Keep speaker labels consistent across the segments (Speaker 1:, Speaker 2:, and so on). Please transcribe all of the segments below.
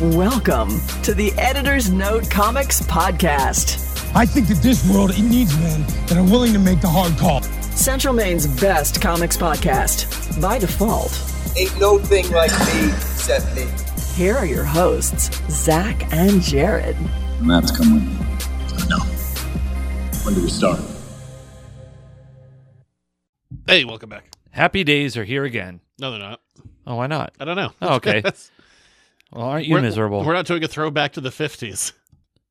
Speaker 1: Welcome to the Editor's Note Comics Podcast,
Speaker 2: I think that this world it needs men that are willing to make the hard call.
Speaker 1: Central Maine's best comics podcast. By default,
Speaker 3: Ain't no thing like me, except me.
Speaker 1: here are your hosts, Zach and Jared.
Speaker 4: Maps come with me. No. When do we start?
Speaker 5: Hey, welcome back.
Speaker 6: Happy days are here again.
Speaker 5: No, they're not.
Speaker 6: Oh, why not?
Speaker 5: I don't know.
Speaker 6: Oh, okay.
Speaker 5: That's-
Speaker 6: Well, aren't you miserable?
Speaker 5: We're not doing a throwback to the 50s.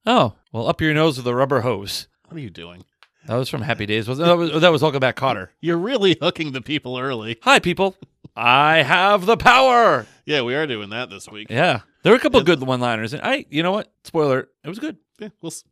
Speaker 6: oh, well, up your nose with a rubber hose.
Speaker 5: What are you doing?
Speaker 6: That was from Happy Days. Was that was, that was Welcome Back, Cotter?
Speaker 5: You're really hooking the people early.
Speaker 6: Hi, people. I have the power.
Speaker 5: Yeah, we are doing that this week.
Speaker 6: Yeah, there were a couple good one-liners, and I, you know what? Spoiler, it was good.
Speaker 5: Yeah, we'll s-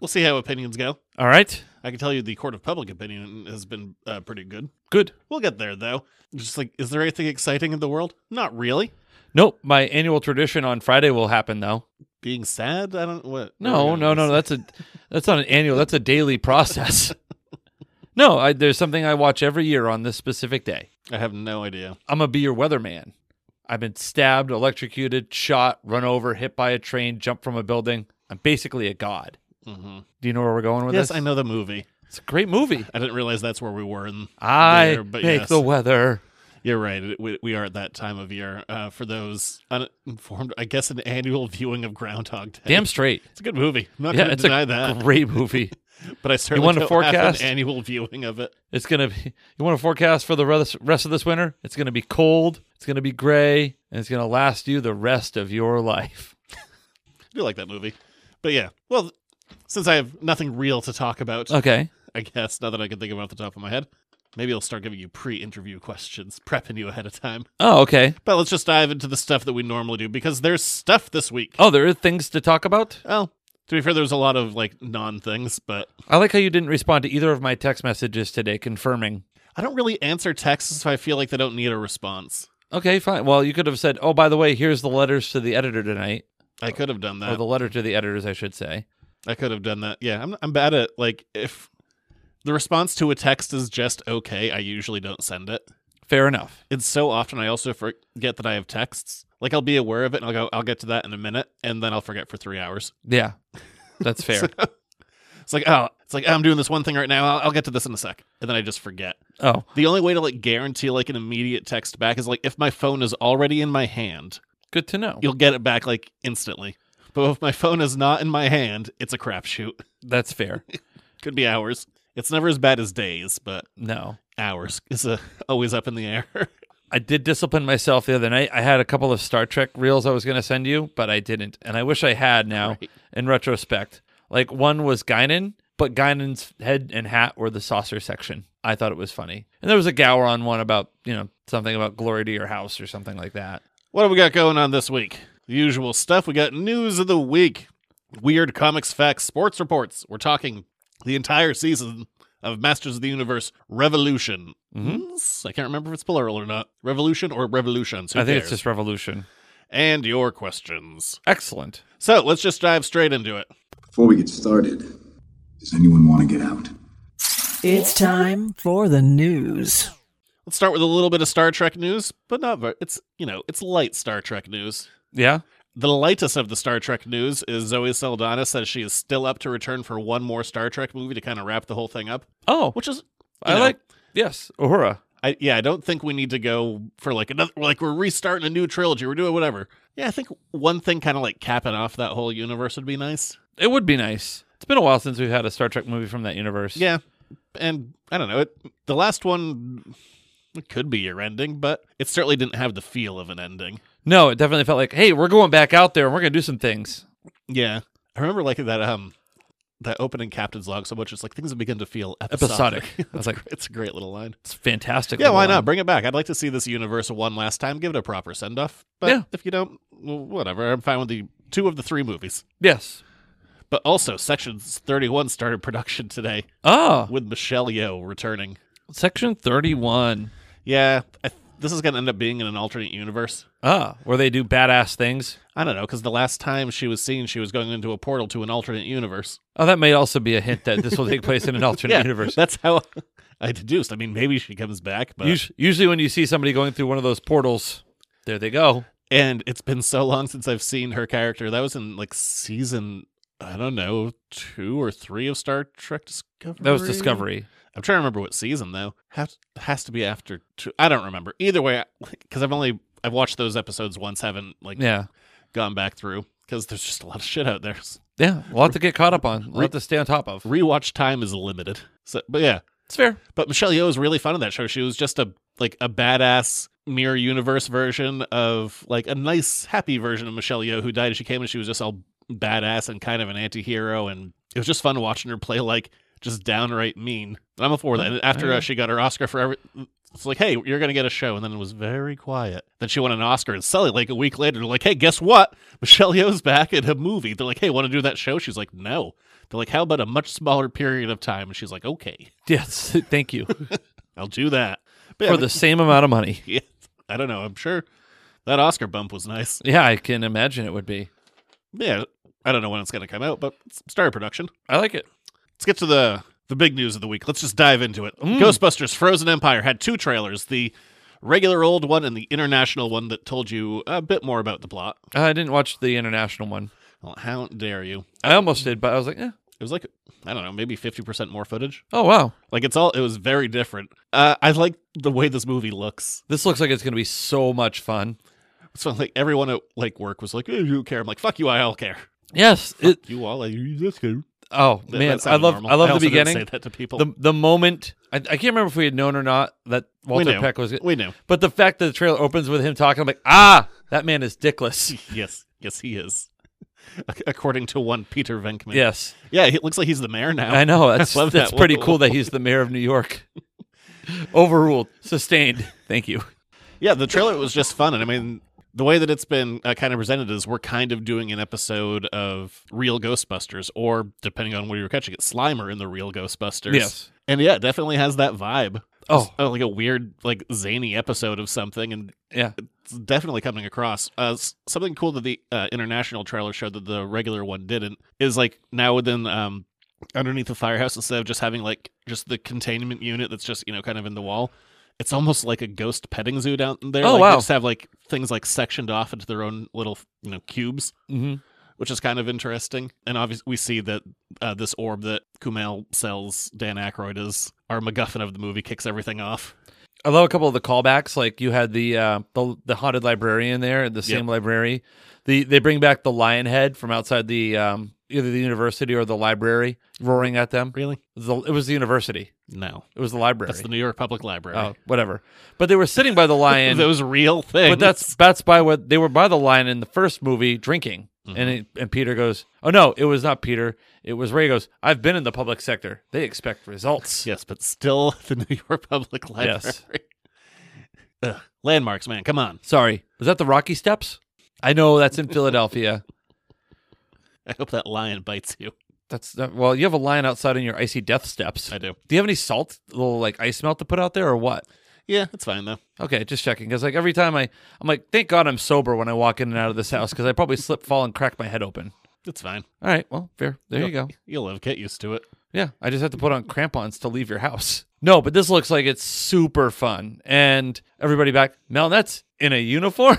Speaker 5: we'll see how opinions go.
Speaker 6: All right,
Speaker 5: I can tell you the court of public opinion has been uh, pretty good.
Speaker 6: good.
Speaker 5: We'll get there though. Just like, is there anything exciting in the world? Not really.
Speaker 6: Nope, my annual tradition on Friday will happen though.
Speaker 5: Being sad? I don't. What?
Speaker 6: No, no, no. That's a that's not an annual. That's a daily process. no, I, there's something I watch every year on this specific day.
Speaker 5: I have no idea.
Speaker 6: I'm gonna be your weatherman. I've been stabbed, electrocuted, shot, run over, hit by a train, jumped from a building. I'm basically a god.
Speaker 5: hmm
Speaker 6: Do you know where we're going with
Speaker 5: Yes,
Speaker 6: this?
Speaker 5: I know the movie.
Speaker 6: It's a great movie.
Speaker 5: I didn't realize that's where we were. In
Speaker 6: I
Speaker 5: there, but
Speaker 6: make
Speaker 5: yes.
Speaker 6: the weather.
Speaker 5: You're right. It- We, we are at that time of year. Uh, for those uninformed, I guess an annual viewing of Groundhog Day.
Speaker 6: Damn straight.
Speaker 5: it's a good movie. I'm not
Speaker 6: yeah,
Speaker 5: going
Speaker 6: it's
Speaker 5: to deny
Speaker 6: a
Speaker 5: that.
Speaker 6: great movie.
Speaker 5: But I certainly
Speaker 6: want a
Speaker 5: don't have
Speaker 6: forecast?
Speaker 5: an annual viewing of it.
Speaker 6: It's gonna be. You want to forecast for the rest rest of this winter? It's gonna be cold. It's gonna be gray, and it's gonna last you the rest of your life.
Speaker 5: I do like that movie. But yeah, well, since I have nothing real to talk about,
Speaker 6: Okay.
Speaker 5: I guess now that I can think of it off the top of my head, maybe I'll start giving you pre-interview questions, prepping you ahead of time.
Speaker 6: Oh, okay.
Speaker 5: But let's just dive into the stuff that we normally do because there's stuff this week.
Speaker 6: Oh, there are things to talk about.
Speaker 5: Well, to be fair, there's a lot of like non things, but
Speaker 6: I like how you didn't respond to either of my text messages today, confirming
Speaker 5: I don't really answer texts, so I feel like they don't need a response.
Speaker 6: Okay, fine. Well, you could have said, "Oh, by the way, here's the letters to the editor tonight,"
Speaker 5: I could have done
Speaker 6: or
Speaker 5: that.
Speaker 6: the letter to the editors, I should say.
Speaker 5: I could have done that. Yeah, I'm I'm bad at like if the response to a text is just okay, I usually don't send it.
Speaker 6: Fair enough.
Speaker 5: It's so often I also forget that I have texts. Like I'll be aware of it and I'll go I'll get to that in a minute and then I'll forget for 3 hours.
Speaker 6: Yeah, that's fair.
Speaker 5: It's like, oh, it's like I'm doing this one thing right now. I'll, I'll get to this in a sec. And then I just forget.
Speaker 6: oh,
Speaker 5: The only way to like guarantee like an immediate text back is like if my phone is already in my hand,
Speaker 6: good to know.
Speaker 5: you'll get it back like instantly. But if my phone is not in my hand, it's a crapshoot.
Speaker 6: That's fair.
Speaker 5: Could be hours. It's never as bad as days, but
Speaker 6: No,
Speaker 5: hours is uh, always up in the air.
Speaker 6: I did discipline myself the other night. I had a couple of Star Trek reels I was going to send you, but I didn't, and I wish I had now.
Speaker 5: Right.
Speaker 6: In retrospect, like one was Guinan, but Guinan's head and hat were the saucer section. I thought it was funny, and there was a Gowron one about you know something about glory to your house or something like that.
Speaker 5: what have we got going on this week? The usual stuff. We got news of the week, weird comics, facts, sports reports. We're talking the entire season of Masters of the Universe Revolution. Mm, I can't remember if it's plural or not. Revolution or revolutions. Who
Speaker 6: Mm-hmm. I think it's
Speaker 5: cares?
Speaker 6: just revolution.
Speaker 5: and your questions.
Speaker 6: Excellent.
Speaker 5: So let's just dive straight into it.
Speaker 4: Before we get started, does anyone want to get out?
Speaker 1: It's time for the news.
Speaker 5: Let's start with a little bit of Star Trek news, but not very, it's you know it's light Star Trek news.
Speaker 6: Yeah.
Speaker 5: The lightest of the Star Trek news is Zoe Saldana says she is still up to return for one more Star Trek movie to kind of wrap the whole thing up,
Speaker 6: Oh,
Speaker 5: which is
Speaker 6: I
Speaker 5: know.
Speaker 6: like. Yes, Uhura.
Speaker 5: I, yeah, I don't think we need to go for like another like we're restarting a new trilogy, we're doing whatever. Yeah, I think one thing kind of like capping off that whole universe would be nice.
Speaker 6: It would be nice. It's been a while since we've had a Star Trek movie from that universe.
Speaker 5: Yeah, and I don't know. It, the last one it could be your ending, but it certainly didn't have the feel of an ending.
Speaker 6: No, it definitely felt like, hey, we're going back out there and we're gonna do some things.
Speaker 5: Yeah, I remember liking that um that opening captain's log so much. It's like things have begun to feel episodic.
Speaker 6: Episodic. I was like,
Speaker 5: it's a great little line.
Speaker 6: it's fantastic.
Speaker 5: Yeah, why
Speaker 6: Hold on.
Speaker 5: not? Bring it back. I'd like to see this universe one last time. Give it a proper send off. But
Speaker 6: Yeah.
Speaker 5: if you don't, well, whatever. I'm fine with the two of the three movies.
Speaker 6: Yes.
Speaker 5: But also, Section 31 started production today
Speaker 6: Oh,
Speaker 5: with Michelle Yeoh returning.
Speaker 6: section thirty-one.
Speaker 5: Yeah, I, this is going to end up being in an alternate universe.
Speaker 6: Ah, where they do badass things.
Speaker 5: I don't know, because the last time she was seen, she was going into a portal to an alternate universe.
Speaker 6: Oh, that may also be a hint that this will take place in an alternate universe.
Speaker 5: That's how I deduced. I mean, maybe she comes back, but
Speaker 6: Us- Usually, when you see somebody going through one of those portals, there they go.
Speaker 5: And it's been so long since I've seen her character. That was in like season, I don't know, two or three of Star Trek Discovery.
Speaker 6: That was Discovery.
Speaker 5: I'm trying to remember what season though. Have, has to be after two. I don't remember. Either way, because I've only I've watched those episodes once. Haven't like
Speaker 6: Yeah.
Speaker 5: gone back through because there's just a lot of shit out there. So
Speaker 6: Yeah. A lot to get caught up on. A lot to stay on top of.
Speaker 5: Rewatch time is limited. So, but yeah,
Speaker 6: It's fair.
Speaker 5: but Michelle Yeoh was really fun in that show. She was just a like a badass mirror universe version of like a nice happy version of Michelle Yeoh who died. She came and she was just all badass and kind of an anti-hero and it was just fun watching her play like just downright mean. And I'm all for that. And after uh, she got her Oscar for every it's like, hey, you're gonna get a show, and then it was very quiet. Then she won an Oscar, and Sully, like a week later, they're like, hey, guess what? Michelle Yeoh's back in a movie. They're like, hey, want to do that show? She's like, no. They're like, how about a much smaller period of time? And she's like, okay.
Speaker 6: Yes. Thank you.
Speaker 5: I'll do that. But yeah,
Speaker 6: For the same amount of money.
Speaker 5: yeah, I don't know. I'm sure that Oscar bump was nice.
Speaker 6: Yeah, I can imagine it would be.
Speaker 5: Yeah, I don't know when it's going to come out, but it's started production.
Speaker 6: I like it.
Speaker 5: Let's get to the the big news of the week. Let's just dive into it. Ghostbusters Frozen Empire had two trailers, the regular old one and the international one that told you a bit more about the plot.
Speaker 6: I didn't watch the international one.
Speaker 5: Well, how dare you?
Speaker 6: I almost did, but I was like, eh.
Speaker 5: It was like I don't know, maybe 50% more footage.
Speaker 6: oh wow,
Speaker 5: Like it's all it was very different. Uh, I like the way this movie looks.
Speaker 6: this looks like it's going to be so much fun.
Speaker 5: So like everyone at like work was like, hey, "You care?" I'm like, "Fuck you, I all care."
Speaker 6: Yes. It,
Speaker 5: You all, like, "You just care."
Speaker 6: oh
Speaker 5: That-
Speaker 6: man,
Speaker 5: that
Speaker 6: I
Speaker 5: sounded
Speaker 6: love
Speaker 5: normal.
Speaker 6: I love
Speaker 5: also
Speaker 6: the
Speaker 5: didn't
Speaker 6: beginning.
Speaker 5: Say that to people.
Speaker 6: The the moment I, I can't remember if we had known or not that Walter
Speaker 5: knew.
Speaker 6: Peck was.
Speaker 5: We knew.
Speaker 6: But the fact that the trailer opens with him talking, I'm like, ah, that man is dickless.
Speaker 5: yes, yes, he is. Ac- According to one Peter Venkman.
Speaker 6: yes,
Speaker 5: yeah. It looks like he's the mayor now.
Speaker 6: I know. That's
Speaker 5: love
Speaker 6: that's
Speaker 5: that.
Speaker 6: pretty
Speaker 5: Whoa.
Speaker 6: cool that he's the mayor of New York. Overruled, sustained. Thank you.
Speaker 5: Yeah, the trailer was just fun, and I mean, the way that it's been uh, kind of presented is we're kind of doing an episode of Real Ghostbusters, or depending on where you're catching it, Slimer in the Real Ghostbusters.
Speaker 6: Yes.
Speaker 5: and yeah, it definitely has that vibe.
Speaker 6: Oh.
Speaker 5: Uh, like a weird, like zany episode of something, and
Speaker 6: Yeah,
Speaker 5: it's definitely coming across. Uh, s- something cool that the uh, international trailer showed that the regular one didn't is like now within um, underneath the firehouse, instead of just having like just the containment unit that's just you know kind of in the wall, it's almost like a ghost petting zoo down there.
Speaker 6: Oh,
Speaker 5: like,
Speaker 6: wow.
Speaker 5: They just have like things like sectioned off into their own little you know cubes.
Speaker 6: Mhm.
Speaker 5: Which is kind of interesting, and obviously we see that uh, this orb that Kumail sells Dan Aykroyd is our MacGuffin of the movie, kicks everything off.
Speaker 6: I love a couple of the callbacks. Like you had the uh, the the haunted librarian there, the same
Speaker 5: Yep.
Speaker 6: library. The they bring back the lion head from outside the um, either the university or the library, roaring at them. It
Speaker 5: Really?
Speaker 6: was the, it was the university.
Speaker 5: No,
Speaker 6: It was the library.
Speaker 5: that's the New York Public Library.
Speaker 6: oh, whatever. But they were sitting by the lion.
Speaker 5: those real things.
Speaker 6: but that's that's by what they were by the lion in the first movie drinking.
Speaker 5: Mm-hmm.
Speaker 6: And it, and Peter goes, oh no, it was not Peter. It was Ray. Goes, I've been in the public sector. They expect results.
Speaker 5: yes, but still the New York Public Library.
Speaker 6: Yes.
Speaker 5: Ugh, landmarks, man. Come on.
Speaker 6: Sorry, was that the Rocky Steps? I know that's in Philadelphia.
Speaker 5: I hope that lion bites you.
Speaker 6: That's not, well. You have a lion outside on your icy death steps.
Speaker 5: I do.
Speaker 6: Do you have any salt, little like ice melt to put out there, or what?
Speaker 5: Yeah, it's fine though.
Speaker 6: Okay, just checking because like every time I, I'm like, thank God I'm sober when I walk in and out of this house because I probably slip, fall, and crack my head open.
Speaker 5: It's fine.
Speaker 6: All right, well, fair. There you
Speaker 5: You'll-
Speaker 6: go.
Speaker 5: You'll live. Get used to it.
Speaker 6: Yeah, I just have to put on crampons to leave your house. No, but this looks like it's super fun, and everybody back. Mel, that's in a uniform.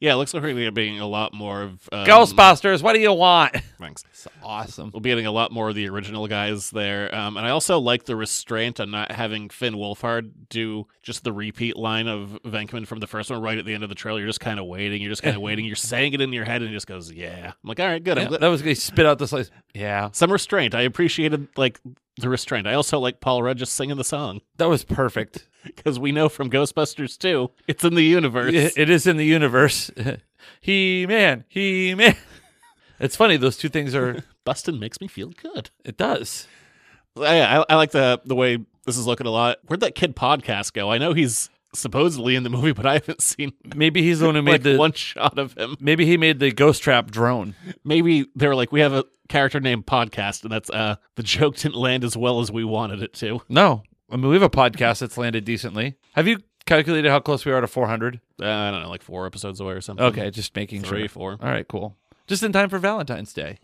Speaker 5: Yeah, it looks like we're gonna be getting a lot more of um,
Speaker 6: Ghostbusters. What do you want?
Speaker 5: Thanks.
Speaker 6: Awesome.
Speaker 5: We'll be getting a lot more of the original guys there, um, and I also like the restraint on not having Finn Wolfhard do just the repeat line of Venkman from the first one right at the end of the trailer. You're just kind of waiting. You're just kind of waiting. You're saying it in your head, and he just goes, "Yeah." I'm like, "All right, good." I'm
Speaker 6: Yeah,
Speaker 5: glad-
Speaker 6: that was gonna spit out this like, yeah,
Speaker 5: some restraint. I appreciated like the restraint. I also like Paul Rudd just singing the song
Speaker 6: that was perfect.
Speaker 5: because we know from Ghostbusters too, it's in the universe.
Speaker 6: It- it is in the universe. he man, he man. It's funny those two things are.
Speaker 5: Bustin makes me feel good.
Speaker 6: It does.
Speaker 5: Yeah, I, I like the the way this is looking a lot. Where'd that kid podcast go? I know he's supposedly in the movie, but I haven't seen
Speaker 6: Maybe he's the one who made
Speaker 5: like
Speaker 6: the.
Speaker 5: one shot of him.
Speaker 6: Maybe he made the ghost trap drone.
Speaker 5: Maybe they were like, we have a character named Podcast, and that's uh the joke didn't land as well as we wanted it to.
Speaker 6: No, I mean we have a podcast that's landed decently. Have you calculated how close we are to 400?
Speaker 5: Uh, I don't know, like four episodes away or something.
Speaker 6: Okay, just making
Speaker 5: Mm-hmm. three,
Speaker 6: sure.
Speaker 5: four.
Speaker 6: All right, cool. Just in time for Valentine's Day.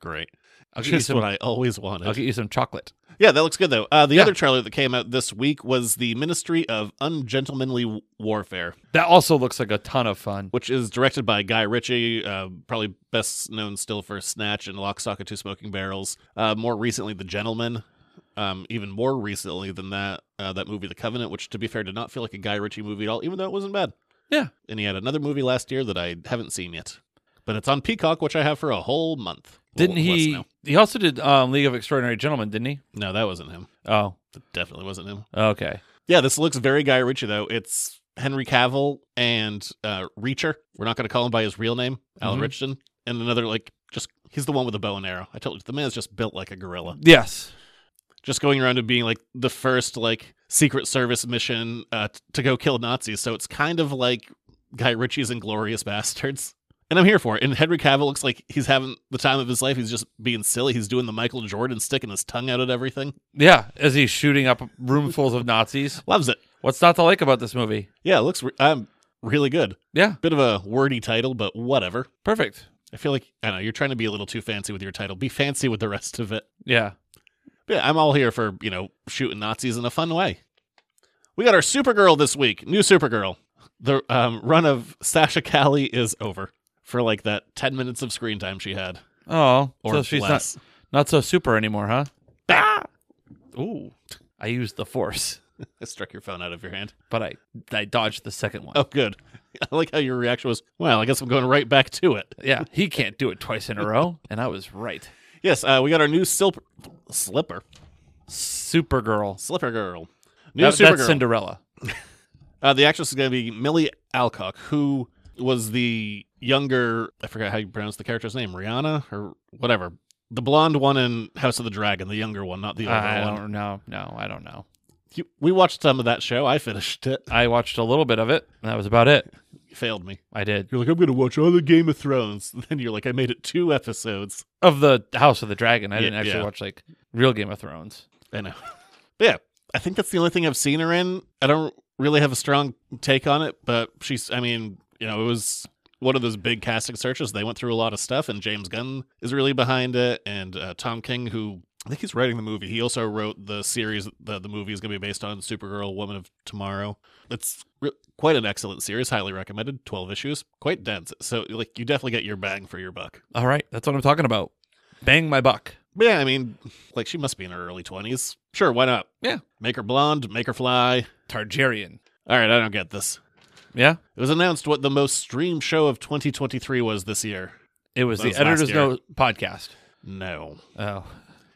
Speaker 5: Great.
Speaker 6: I'll get you
Speaker 5: Just
Speaker 6: some.
Speaker 5: what I always wanted.
Speaker 6: I'll get you some chocolate.
Speaker 5: Yeah, that looks good though. Uh, the
Speaker 6: Yeah.
Speaker 5: other trailer that came out this week was the Ministry of Ungentlemanly W- Warfare,
Speaker 6: That also looks like a ton of fun.
Speaker 5: which is directed by Guy Ritchie, uh, probably best known still for Snatch and Lock, Stock, and Two Smoking Barrels. Uh, more recently, The Gentleman. Um, even more recently than that, uh, that movie, The Covenant, which to be fair did not feel like a Guy Ritchie movie at all, even though it wasn't bad.
Speaker 6: Yeah.
Speaker 5: And he had another movie last year that I haven't seen yet, but it's on Peacock, which I have for a whole month.
Speaker 6: Didn't
Speaker 5: Well, less
Speaker 6: he?
Speaker 5: now.
Speaker 6: He also did um, League of Extraordinary Gentlemen, didn't he?
Speaker 5: No, that wasn't him.
Speaker 6: Oh,
Speaker 5: That definitely wasn't him.
Speaker 6: okay.
Speaker 5: Yeah, this looks very Guy Ritchie though. It's Henry Cavill and uh, Reacher. We're not going to call him by his real name, Alan
Speaker 6: Mhm.
Speaker 5: Richardson, and another like just he's the one with the bow and arrow. I told you the man's just built like a gorilla.
Speaker 6: Yes.
Speaker 5: Just going around and being like the first like Secret Service mission uh, t- to go kill Nazis. So it's kind of like Guy Ritchie's Inglorious Bastards. And I'm here for it. And Henry Cavill looks like he's having the time of his life. He's just being silly. He's doing the Michael Jordan, sticking his tongue out at everything.
Speaker 6: Yeah, as he's shooting up roomfuls of Nazis.
Speaker 5: Loves it.
Speaker 6: What's not to like about this movie?
Speaker 5: Yeah, it looks re- um, really good.
Speaker 6: Yeah,
Speaker 5: Bit of a wordy title, but whatever.
Speaker 6: perfect.
Speaker 5: I feel like I don't know you're trying to be a little too fancy with your title. Be fancy with the rest of it.
Speaker 6: Yeah.
Speaker 5: But yeah, I'm all here for you know shooting Nazis in a fun way. We got our Supergirl this week. New Supergirl. The um, run of Sasha Cali is over for like that ten minutes of screen time she had,
Speaker 6: Oh,
Speaker 5: or
Speaker 6: so she's
Speaker 5: less.
Speaker 6: not not so super anymore, huh?
Speaker 5: Ah!
Speaker 6: Ooh, I used the force,
Speaker 5: I struck your phone out of your hand.
Speaker 6: but I I dodged the second one.
Speaker 5: Oh, good. I like how your reaction was. Well, I guess I'm going right back to it.
Speaker 6: Yeah, he can't do it twice in a row, and I was right.
Speaker 5: Yes, uh, we got our new silp- slipper,
Speaker 6: Supergirl.
Speaker 5: slipper girl. New
Speaker 6: That,
Speaker 5: Supergirl.
Speaker 6: that's Cinderella.
Speaker 5: Uh, the actress is going to be Millie Alcock, who was the younger, I forgot how you pronounce the character's name, Rihanna or whatever. The blonde one in House of the Dragon, the younger one, not the older
Speaker 6: I
Speaker 5: one.
Speaker 6: don't know. No, I don't know.
Speaker 5: You- we watched some of that show. I finished it.
Speaker 6: I watched a little bit of it, and that was about it.
Speaker 5: You failed me.
Speaker 6: I did.
Speaker 5: You're like, I'm going to watch all the Game of Thrones. And then you're like, I made it two episodes.
Speaker 6: Of the House of the Dragon, I
Speaker 5: Yeah,
Speaker 6: didn't actually
Speaker 5: yeah.
Speaker 6: watch like real Game of Thrones.
Speaker 5: I know. But yeah, I think that's the only thing I've seen her in. I don't really have a strong take on it, but she's, I mean, you know, it was one of those big casting searches. They went through a lot of stuff, and James Gunn is really behind it, and uh, Tom King, who I think he's writing the movie. He also wrote the series that the movie is going to be based on, Supergirl, Woman of Tomorrow. It's re- quite an excellent series, highly recommended. Twelve issues, quite dense. So, like, you definitely get your bang for your buck.
Speaker 6: All right, that's what I'm talking about. Bang my buck.
Speaker 5: But yeah, I mean, like, she must be in her early twenties. Sure, why not?
Speaker 6: Yeah.
Speaker 5: Make her blonde, make her fly.
Speaker 6: Targaryen.
Speaker 5: All right, I don't get this.
Speaker 6: Yeah,
Speaker 5: It was announced what the most streamed show of 2023 was this year.
Speaker 6: it was
Speaker 5: That
Speaker 6: the
Speaker 5: was last
Speaker 6: Editor's
Speaker 5: year.
Speaker 6: Note podcast.
Speaker 5: No.
Speaker 6: Oh,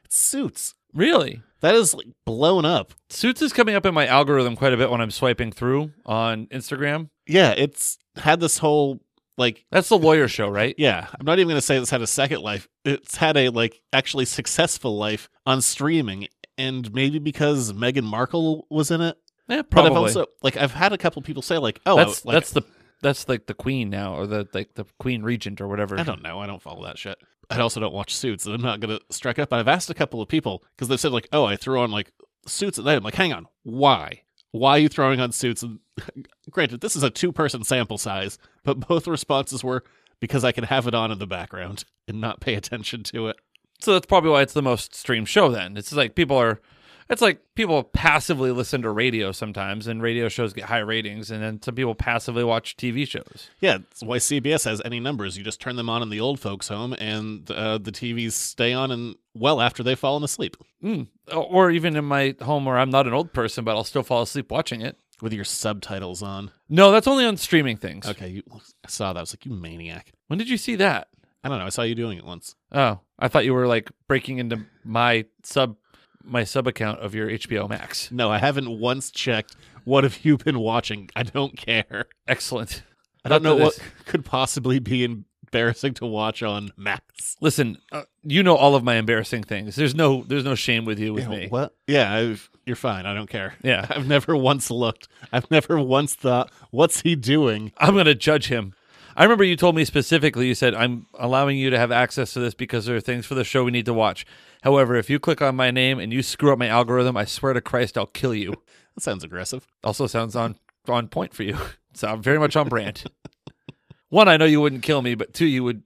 Speaker 5: It's Suits.
Speaker 6: really?
Speaker 5: That is like blown up.
Speaker 6: Suits is coming up in my algorithm quite a bit when I'm swiping through on Instagram.
Speaker 5: Yeah, it's had this whole like
Speaker 6: That's the lawyer show, right?
Speaker 5: yeah, I'm not even going to say it's had a second life. It's had a like actually successful life on streaming and maybe because Meghan Markle was in it.
Speaker 6: Yeah,
Speaker 5: But
Speaker 6: probably.
Speaker 5: I've also like I've had a couple people say like, "Oh, I-
Speaker 6: that's
Speaker 5: like,
Speaker 6: that's the that's like the queen now, or the like the queen regent or whatever.
Speaker 5: I don't know. I don't follow that shit. I also don't watch Suits, and I'm not gonna strike up. But I've asked a couple of people because they've said like, "Oh, I threw on like Suits at night." I'm like, "Hang on, why? Why are you throwing on Suits?" And granted, this is a two-person sample size, but both responses were because I can have it on in the background and not pay attention to it.
Speaker 6: So that's probably why it's the most streamed show. Then it's like people are, it's like people passively listen to radio sometimes, and radio shows get high ratings, and then some people passively watch TV shows.
Speaker 5: Yeah, that's why CBS has any numbers. You just turn them on in the old folks' home, and uh, the TVs stay on and well after they've fallen asleep
Speaker 6: Mm. O- Or even in my home where I'm not an old person, but I'll still fall asleep watching it.
Speaker 5: with your subtitles on.
Speaker 6: No, that's only on streaming things.
Speaker 5: Okay, you, I saw that. I was like, "You maniac."
Speaker 6: When did you see that?
Speaker 5: I don't know. I saw you doing it once.
Speaker 6: Oh, I thought you were like breaking into my sub my sub account of your HBO Max.
Speaker 5: No, I haven't once checked. What have you been watching? I don't care.
Speaker 6: Excellent.
Speaker 5: I don't know
Speaker 6: Not that
Speaker 5: what
Speaker 6: it's-
Speaker 5: could possibly be embarrassing to watch on Max.
Speaker 6: Listen, uh, you know all of my embarrassing things. There's no there's no shame with you with me.
Speaker 5: What? Yeah, I've, you're fine. I don't care.
Speaker 6: Oh, Yeah.
Speaker 5: I've never once looked. I've never once thought, "What's he doing?"
Speaker 6: I'm going to judge him. I remember you told me specifically you said I'm allowing you to have access to this because there are things for the show we need to watch. However, if you click on my name and you screw up my algorithm, I swear to Christ I'll kill you.
Speaker 5: That sounds aggressive.
Speaker 6: Also sounds on on point for you. So I'm very much on brand. One, I know you wouldn't kill me, but two, you would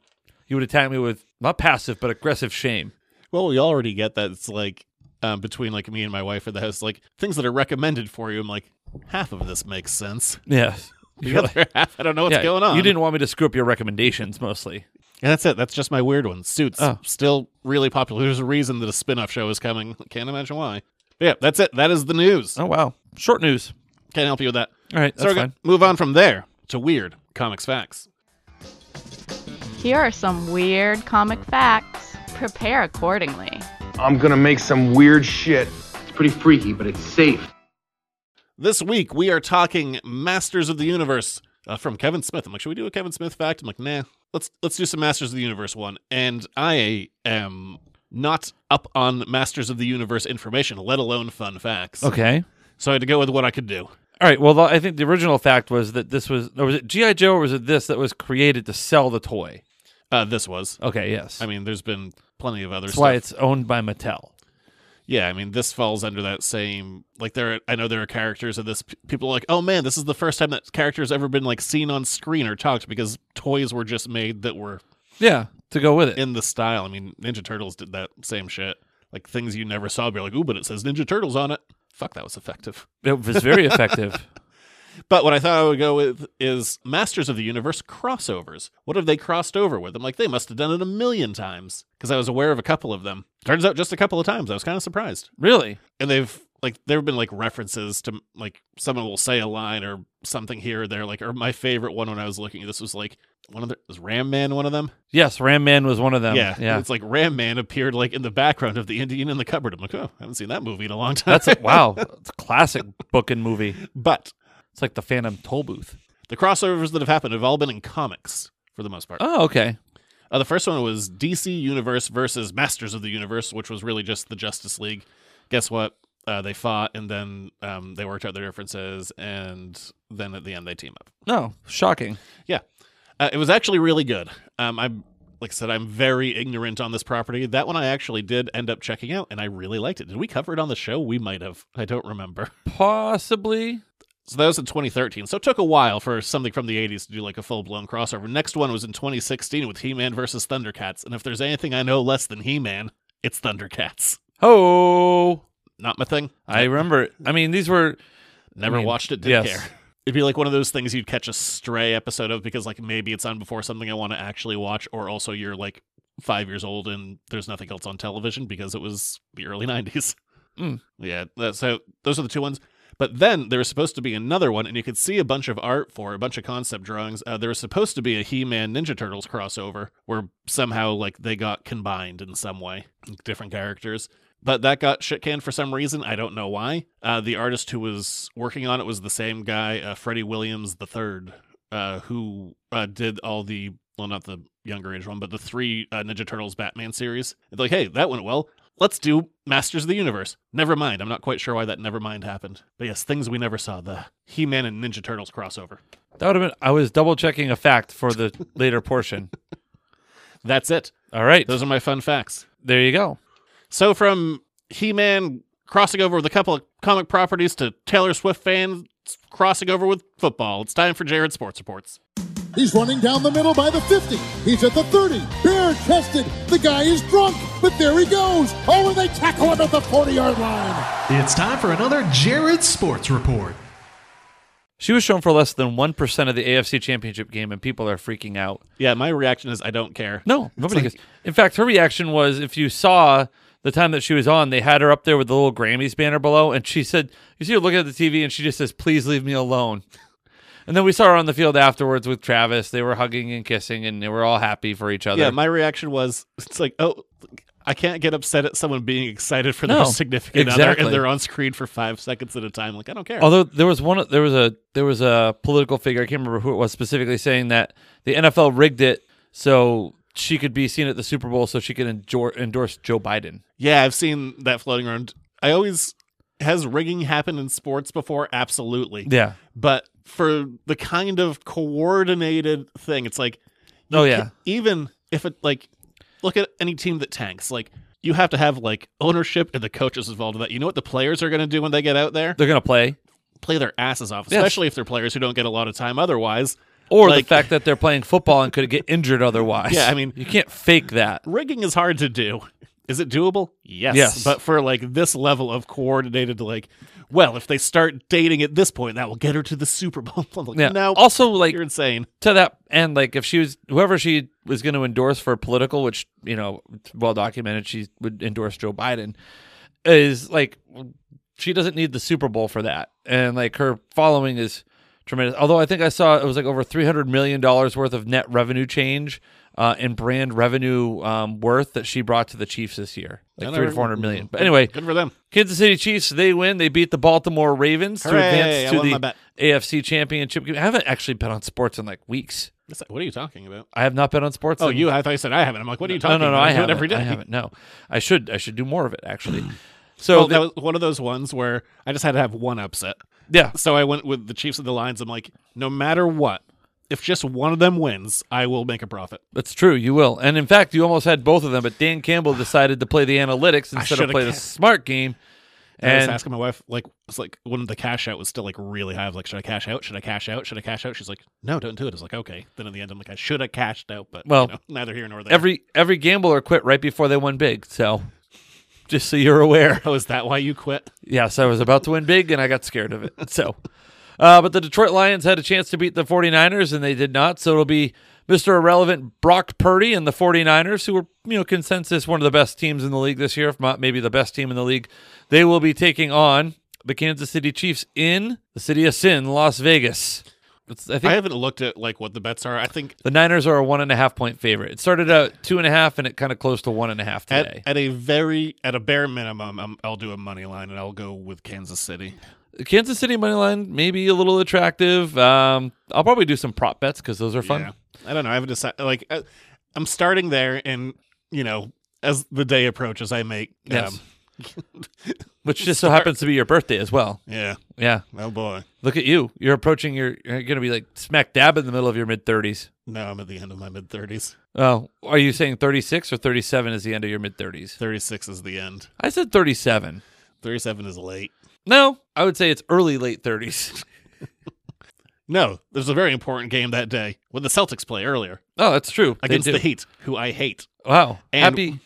Speaker 6: you would attack me with not passive but aggressive shame.
Speaker 5: well, we already get that it's like um, between like me and my wife at the house, like things that are recommended for you. I'm like, half of this makes sense.
Speaker 6: Yeah.
Speaker 5: The other half, I don't know what's
Speaker 6: Yeah,
Speaker 5: going on.
Speaker 6: You didn't want me to screw up your recommendations mostly.
Speaker 5: And that's it. That's just my weird one. Suits
Speaker 6: Oh.
Speaker 5: still really popular. There's a reason that a spin-off show is coming. Can't imagine why. But yeah, that's it. That is the news.
Speaker 6: Oh wow. Short news.
Speaker 5: Can't help you with that.
Speaker 6: All right,
Speaker 5: so
Speaker 6: that's
Speaker 5: we're gonna
Speaker 6: fine.
Speaker 5: move on from there to weird comics facts.
Speaker 7: Here are some weird comic facts. Prepare accordingly.
Speaker 8: I'm gonna make some weird shit. It's pretty freaky, but it's safe.
Speaker 5: This week we are talking Masters of the Universe uh, from Kevin Smith. I'm like, should we do a Kevin Smith fact? I'm like, nah. Let's let's do some Masters of the Universe one. And I am not up on Masters of the Universe information, let alone fun facts.
Speaker 6: Okay.
Speaker 5: So I had to go with what I could do.
Speaker 6: All right. Well, the- I think the original fact was that this was, or was it GI Joe, or was it this that was created to sell the toy?
Speaker 5: Uh, this was.
Speaker 6: Okay. Yes.
Speaker 5: I mean, there's been plenty of other
Speaker 6: that's
Speaker 5: stuff.
Speaker 6: why it's owned by Mattel.
Speaker 5: yeah, I mean, this falls under that same like there. Are, I know there are characters of this. p- People are like, oh man, this is the first time that character's ever been like seen on screen or talked because toys were just made that were
Speaker 6: Yeah. To go with it.
Speaker 5: in the style. I mean, Ninja Turtles did that same shit. Like things you never saw, but you're like, ooh, but it says Ninja Turtles on it. Fuck, that was effective.
Speaker 6: It was very effective.
Speaker 5: But what I thought I would go with is Masters of the Universe crossovers. What have they crossed over with? I'm like, they must have done it a million times because I was aware of a couple of them. Turns out just a couple of times. I was kind of surprised.
Speaker 6: Really?
Speaker 5: and they've like there have been like references to like someone will say a line or something here or there like or my favorite one when i was looking at this was like one of the was ram man one of them
Speaker 6: Yes. Ram Man was one of them.
Speaker 5: yeah
Speaker 6: Um, Yeah.
Speaker 5: it's like ram man appeared like in the background of the indian in the cupboard i'm like oh i haven't seen that movie in a long time
Speaker 6: That's a, wow. It's a classic book and movie.
Speaker 5: but
Speaker 6: It's like the Phantom Toll Booth.
Speaker 5: the crossovers that have happened have all been in comics for the most part
Speaker 6: Oh, okay.
Speaker 5: uh, the first one was dc universe versus masters of the universe which was really just the justice league guess what uh, they fought and then um, they worked out their differences and then at the end they team up
Speaker 6: No, shocking.
Speaker 5: Yeah, uh, it was actually really good. Um, I'm like I said, I'm very ignorant on this property. That one I actually did end up checking out, and I really liked it. Did we cover it on the show? We might have. I don't remember.
Speaker 6: Possibly.
Speaker 5: So that was in 2013. So it took a while for something from the 80s to do like a full blown crossover. Next one was in 2016 with He Man versus Thundercats, and if there's anything I know less than He Man, it's Thundercats.
Speaker 6: Oh,
Speaker 5: Not my thing.
Speaker 6: I remember. it. I mean, these were
Speaker 5: Never
Speaker 6: I mean,
Speaker 5: watched it. Didn't
Speaker 6: yes.
Speaker 5: care. It'd be like one of those things you'd catch a stray episode of because like maybe it's on before something I want to actually watch, or also you're like five years old and there's nothing else on television because it was the early nineties.
Speaker 6: Mm.
Speaker 5: Yeah. That, so those are the two ones. But then there was supposed to be another one, and you could see a bunch of art for it, a bunch of concept drawings. Uh, there was supposed to be a He-Man Ninja Turtles crossover where somehow like they got combined in some way, different characters but that got shit canned for some reason. I don't know why. Uh, the artist who was working on it was the same guy, uh, Freddie Williams the third, uh, who uh, did all the well, not the younger age one, but the three uh, Ninja Turtles Batman series. It's like, hey, that went well. Let's do Masters of the Universe. Never mind. I'm not quite sure why that never mind happened. But yes, things we never saw the He Man and Ninja Turtles crossover.
Speaker 6: that would have been. I was double checking a fact for the later portion.
Speaker 5: That's it.
Speaker 6: All right,
Speaker 5: Those are my fun facts.
Speaker 6: there you go.
Speaker 5: So from He-Man crossing over with a couple of comic properties to Taylor Swift fans crossing over with football, it's time for Jared Sports Reports.
Speaker 9: He's running down the middle by the 50. He's at the 30. Bare chested. The guy is drunk, but there he goes. Oh, and they tackle him at the 40 yard line.
Speaker 10: It's time for another Jared Sports Report.
Speaker 6: She was shown for less than one percent of the AFC Championship game, and people are freaking out.
Speaker 5: Yeah, my reaction is I don't care.
Speaker 6: No, nobody cares. In fact, her reaction was if you saw the time that she was on, they had her up there with the little Grammys banner below, and she said, You see her looking at the TV, and she just says, Please leave me alone. And then we saw her on the field afterwards with Travis. They were hugging and kissing, and they were all happy for each other.
Speaker 5: Yeah, my reaction was it's like, oh, I can't get upset at someone being excited for
Speaker 6: No,
Speaker 5: their significant other
Speaker 6: exactly.
Speaker 5: and they're on screen for five seconds at a time. Like I don't care.
Speaker 6: Although there was one, there was a there was a political figure I can't remember who it was specifically saying that the NFL rigged it so she could be seen at the Super Bowl so she could endor- endorse Joe Biden.
Speaker 5: yeah, I've seen that floating around. I always has rigging happened in sports before? Absolutely.
Speaker 6: Yeah.
Speaker 5: But for the kind of coordinated thing, it's like
Speaker 6: Oh yeah.
Speaker 5: even if it like look at any team that tanks like you have to have like ownership and the coaches involved in that you know what the players are going to do when they get out there
Speaker 6: They're gonna play.
Speaker 5: play their asses off
Speaker 6: Yes.
Speaker 5: especially if they're players who don't get a lot of time otherwise
Speaker 6: Or
Speaker 5: Like-
Speaker 6: the fact that they're playing football and could get injured otherwise.
Speaker 5: Yeah, I mean-
Speaker 6: you can't fake that.
Speaker 5: rigging is hard to do Is it doable? Yes.
Speaker 6: Yes.
Speaker 5: But for like this level of coordinated, like, well, if they start dating at this point, that will get her to the Super Bowl. I'm like,
Speaker 6: Yeah.
Speaker 5: no,
Speaker 6: also, like
Speaker 5: you're insane.
Speaker 6: to that end, like if she was whoever she was going to endorse for political, which you know, it's well documented, she would endorse Joe Biden. Is like she doesn't need the Super Bowl for that, and like her following is tremendous. Although I think I saw it was like over three hundred million dollars worth of net revenue change uh, and brand revenue um, worth that she brought to the Chiefs this year,
Speaker 5: I
Speaker 6: like
Speaker 5: never-
Speaker 6: three to four hundred million. But anyway,
Speaker 5: Good for them.
Speaker 6: Kansas City Chiefs, they win. They beat the Baltimore Ravens
Speaker 5: Hooray, I won
Speaker 6: to
Speaker 5: my
Speaker 6: advance
Speaker 5: bet.
Speaker 6: to the AFC Championship game. I haven't actually been on sports in like weeks.
Speaker 5: It's like, what are you talking about?
Speaker 6: I have not been on sports.
Speaker 5: Oh,
Speaker 6: in-
Speaker 5: you? I thought you said I haven't. I'm like, what are you
Speaker 6: No,
Speaker 5: talking
Speaker 6: no, no.
Speaker 5: about? do
Speaker 6: I
Speaker 5: it
Speaker 6: haven't.
Speaker 5: every day.
Speaker 6: I haven't. No, I should. I should do more of it actually. So
Speaker 5: well,
Speaker 6: the-
Speaker 5: that was one of those ones where I just had to have one upset.
Speaker 6: yeah,
Speaker 5: So I went with the Chiefs and the Lions. I'm like, no matter what, if just one of them wins, I will make a profit.
Speaker 6: that's true. You will. And in fact, you almost had both of them, but Dan Campbell decided to play the analytics instead of
Speaker 5: should've
Speaker 6: play the
Speaker 5: ca-
Speaker 6: smart game.
Speaker 5: And, I was
Speaker 6: And
Speaker 5: asking my wife, like, it's like when the cash out was still like really high. I was like, should I cash out? Should I cash out? Should I cash out? She's like, no, don't do it. I was like, okay. Then in the end, I'm like, I should have cashed out, but
Speaker 6: Well,
Speaker 5: you know, neither here nor there.
Speaker 6: every every gambler quit right before they won big. So just so you're aware.
Speaker 5: oh, is that why you quit?
Speaker 6: Yes, I was about to win big and I got scared of it. So, uh, but the Detroit Lions had a chance to beat the 49ers and they did not. So it'll be Mr. Irrelevant Brock Purdy and the 49ers, who were, you know, consensus one of the best teams in the league this year, if not maybe the best team in the league. They will be taking on the Kansas City Chiefs in the city of sin, Las Vegas. It's, I think
Speaker 5: I haven't looked at like what the bets are. I think
Speaker 6: the Niners are a one and a half point favorite. It started out two and a half and it kind of closed to one and a half
Speaker 5: at,
Speaker 6: today.
Speaker 5: at a very at a bare minimum, i I'll do a money line and I'll go with Kansas City.
Speaker 6: Kansas City money line maybe a little attractive. Um, I'll probably do some prop bets because those are fun.
Speaker 5: Yeah. I don't know. I haven't decided. Like, I, I'm starting there, and you know, as the day approaches, I make.
Speaker 6: Yes.
Speaker 5: Um,
Speaker 6: Which just so happens to be your birthday as well.
Speaker 5: yeah.
Speaker 6: Yeah,
Speaker 5: Oh boy.
Speaker 6: look at you. You're approaching your. You're going to be like smack dab in the middle of your mid thirties.
Speaker 5: No, I'm at the end of my mid 30s.
Speaker 6: Oh, are you saying thirty six or thirty seven is the end of your mid thirties?
Speaker 5: 36 is the end.
Speaker 6: I said thirty seven.
Speaker 5: 37 is late.
Speaker 6: No, I would say it's early late thirties.
Speaker 5: No, there's a very important game that day when the Celtics play earlier
Speaker 6: Oh, that's true. They
Speaker 5: against
Speaker 6: do.
Speaker 5: the Heat, who I hate.
Speaker 6: Wow,
Speaker 5: And-
Speaker 6: happy,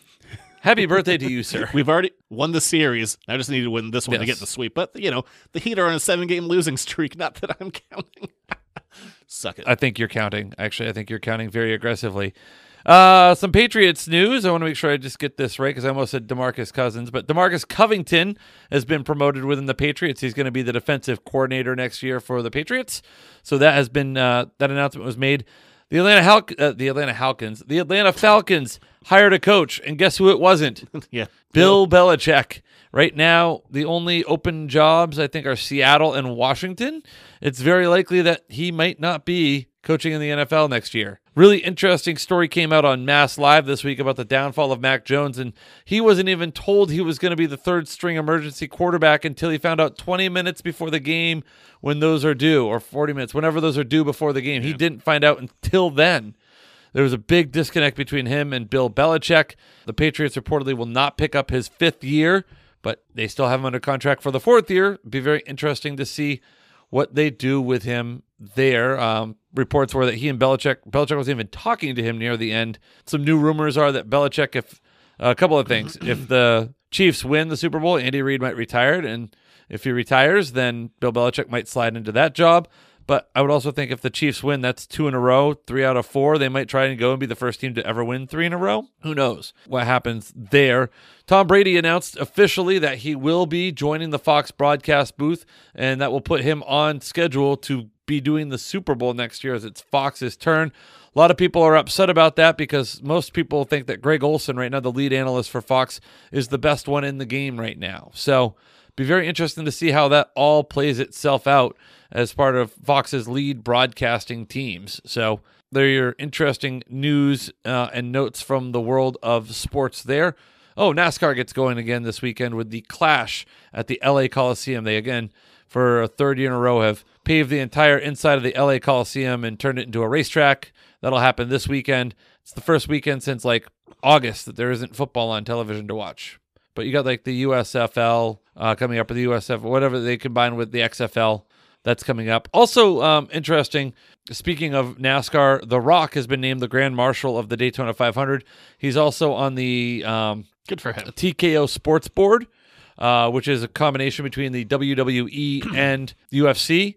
Speaker 6: happy birthday to you, sir.
Speaker 5: We've already won the series. I just need to win this one to
Speaker 6: Yes.
Speaker 5: get the sweep. But you know, the Heat are on a seven-game losing streak. Not that I'm counting. Suck it.
Speaker 6: I think you're counting. Actually, I think you're counting very aggressively. Uh, some Patriots news. I want to make sure I just get this right because I almost said Demarcus Cousins, but Demarcus Covington has been promoted within the Patriots. He's going to be the defensive coordinator next year for the Patriots. So that has been uh, that announcement was made. The Atlanta Hal- uh, the Atlanta Falcons, the Atlanta Falcons hired a coach, and guess who it wasn't?
Speaker 5: yeah.
Speaker 6: Bill Belichick. Right now, the only open jobs I think are Seattle and Washington. It's very likely that he might not be coaching in the NFL next year. Really interesting story came out on Mass Live this week about the downfall of Mac Jones, and he wasn't even told he was going to be the third string emergency quarterback until he found out 20 minutes before the game when those are due, or 40 minutes, whenever those are due before the game. He didn't find out until then. There was a big disconnect between him and Bill Belichick. The Patriots reportedly will not pick up his fifth year, but they still have him under contract for the fourth year. It'd be very interesting to see what they do with him there. Um, reports were that he and Belichick, Belichick wasn't even talking to him near the end. Some new rumors are that Belichick, if a couple of things, if the Chiefs win the Super Bowl, Andy Reid might retire, and if he retires, then Bill Belichick might slide into that job. But I would also think if the Chiefs win, that's two in a row, three out of four. They might try and go and be the first team to ever win three in a row. Who knows what happens there? Tom Brady announced officially that he will be joining the Fox broadcast booth, and that will put him on schedule to be doing the Super Bowl next year as it's Fox's turn. A lot of people are upset about that because most people think that Greg Olson, right now, the lead analyst for Fox, is the best one in the game right now. So be very interesting to see how that all plays itself out as part of Fox's lead broadcasting teams. So there are your interesting news uh, and notes from the world of sports there. Oh, NASCAR gets going again this weekend with the clash at the LA Coliseum. They again, for a third year in a row, have paved the entire inside of the LA Coliseum and turned it into a racetrack. That'll happen this weekend. It's the first weekend since like August that there isn't football on television to watch. But you got like the USFL uh, coming up with the USF, whatever they combine with the XFL that's coming up. Also, um, interesting. Speaking of NASCAR, The Rock has been named the Grand Marshal of the Daytona 500. He's also on the um,
Speaker 5: Good for him.
Speaker 6: TKO Sports Board, uh, which is a combination between the WWE and UFC.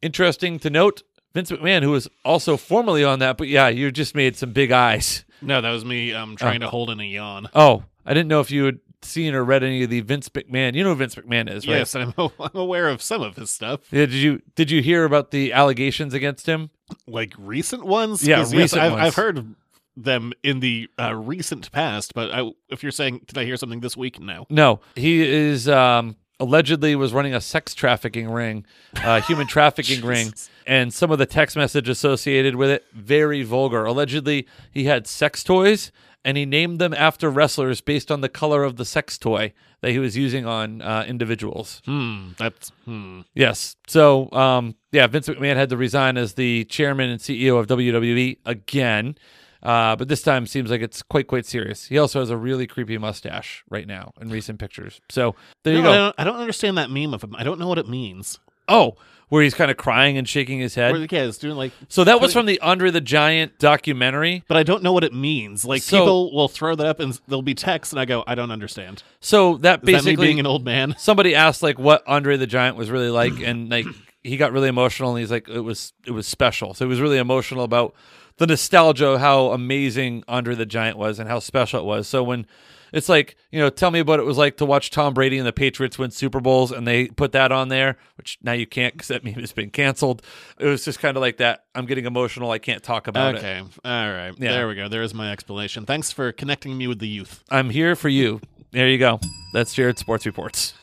Speaker 6: Interesting to note, Vince McMahon, who was also formerly on that, but yeah, you just made some big eyes.
Speaker 5: No, that was me um, trying to hold in a yawn.
Speaker 6: Oh, I didn't know if you had seen or read any of the Vince McMahon. You know who Vince McMahon is, right?
Speaker 5: Yes, I'm, I'm aware of some of his stuff,
Speaker 6: Yeah, did you did you hear about the allegations against him?
Speaker 5: like recent ones.
Speaker 6: Yeah,
Speaker 5: 'Cause,
Speaker 6: recent
Speaker 5: I've,
Speaker 6: ones.
Speaker 5: I've heard them in the uh, recent past, but I, if you're saying, did I hear something this week? No.
Speaker 6: No, he is um, allegedly was running a sex trafficking ring, uh, human trafficking ring, and some of the text message associated with it very vulgar. Allegedly, he had sex toys and he named them after wrestlers based on the color of the sex toy that he was using on uh, individuals.
Speaker 5: Hmm. That's hmm.
Speaker 6: Yes. So, um, yeah, Vince McMahon had to resign as the chairman and CEO of WWE again. Uh, but this time seems like it's quite, quite serious. He also has a really creepy mustache right now in recent pictures. So there you
Speaker 5: No, I,
Speaker 6: go.
Speaker 5: don't, I don't understand that meme of him. I don't know what it means.
Speaker 6: Oh, where he's kind of crying and shaking his head.
Speaker 5: Where the kid is doing like,
Speaker 6: so that was from the Andre the Giant documentary.
Speaker 5: but I don't know what it means. Like
Speaker 6: So-
Speaker 5: people will throw that up and there'll be text, and I go, I don't understand.
Speaker 6: So that
Speaker 5: Is
Speaker 6: basically
Speaker 5: that me being an old man?
Speaker 6: somebody asked like what Andre the Giant was really like, and like he got really emotional, and he's like, it was it was special. So he was really emotional about the nostalgia of how amazing Andre the Giant was and how special it was. So when it's like you know, tell me about it was like to watch Tom Brady and the Patriots win Super Bowls, and they put that on there, which now you can't because that meme has been canceled. It was just kind of like that. I'm getting emotional. I can't talk about it.
Speaker 5: Okay. All right.
Speaker 6: Yeah.
Speaker 5: There we go. There is my explanation. Thanks for connecting me with the youth.
Speaker 6: I'm here for you. There you go. That's Jared Sports Reports.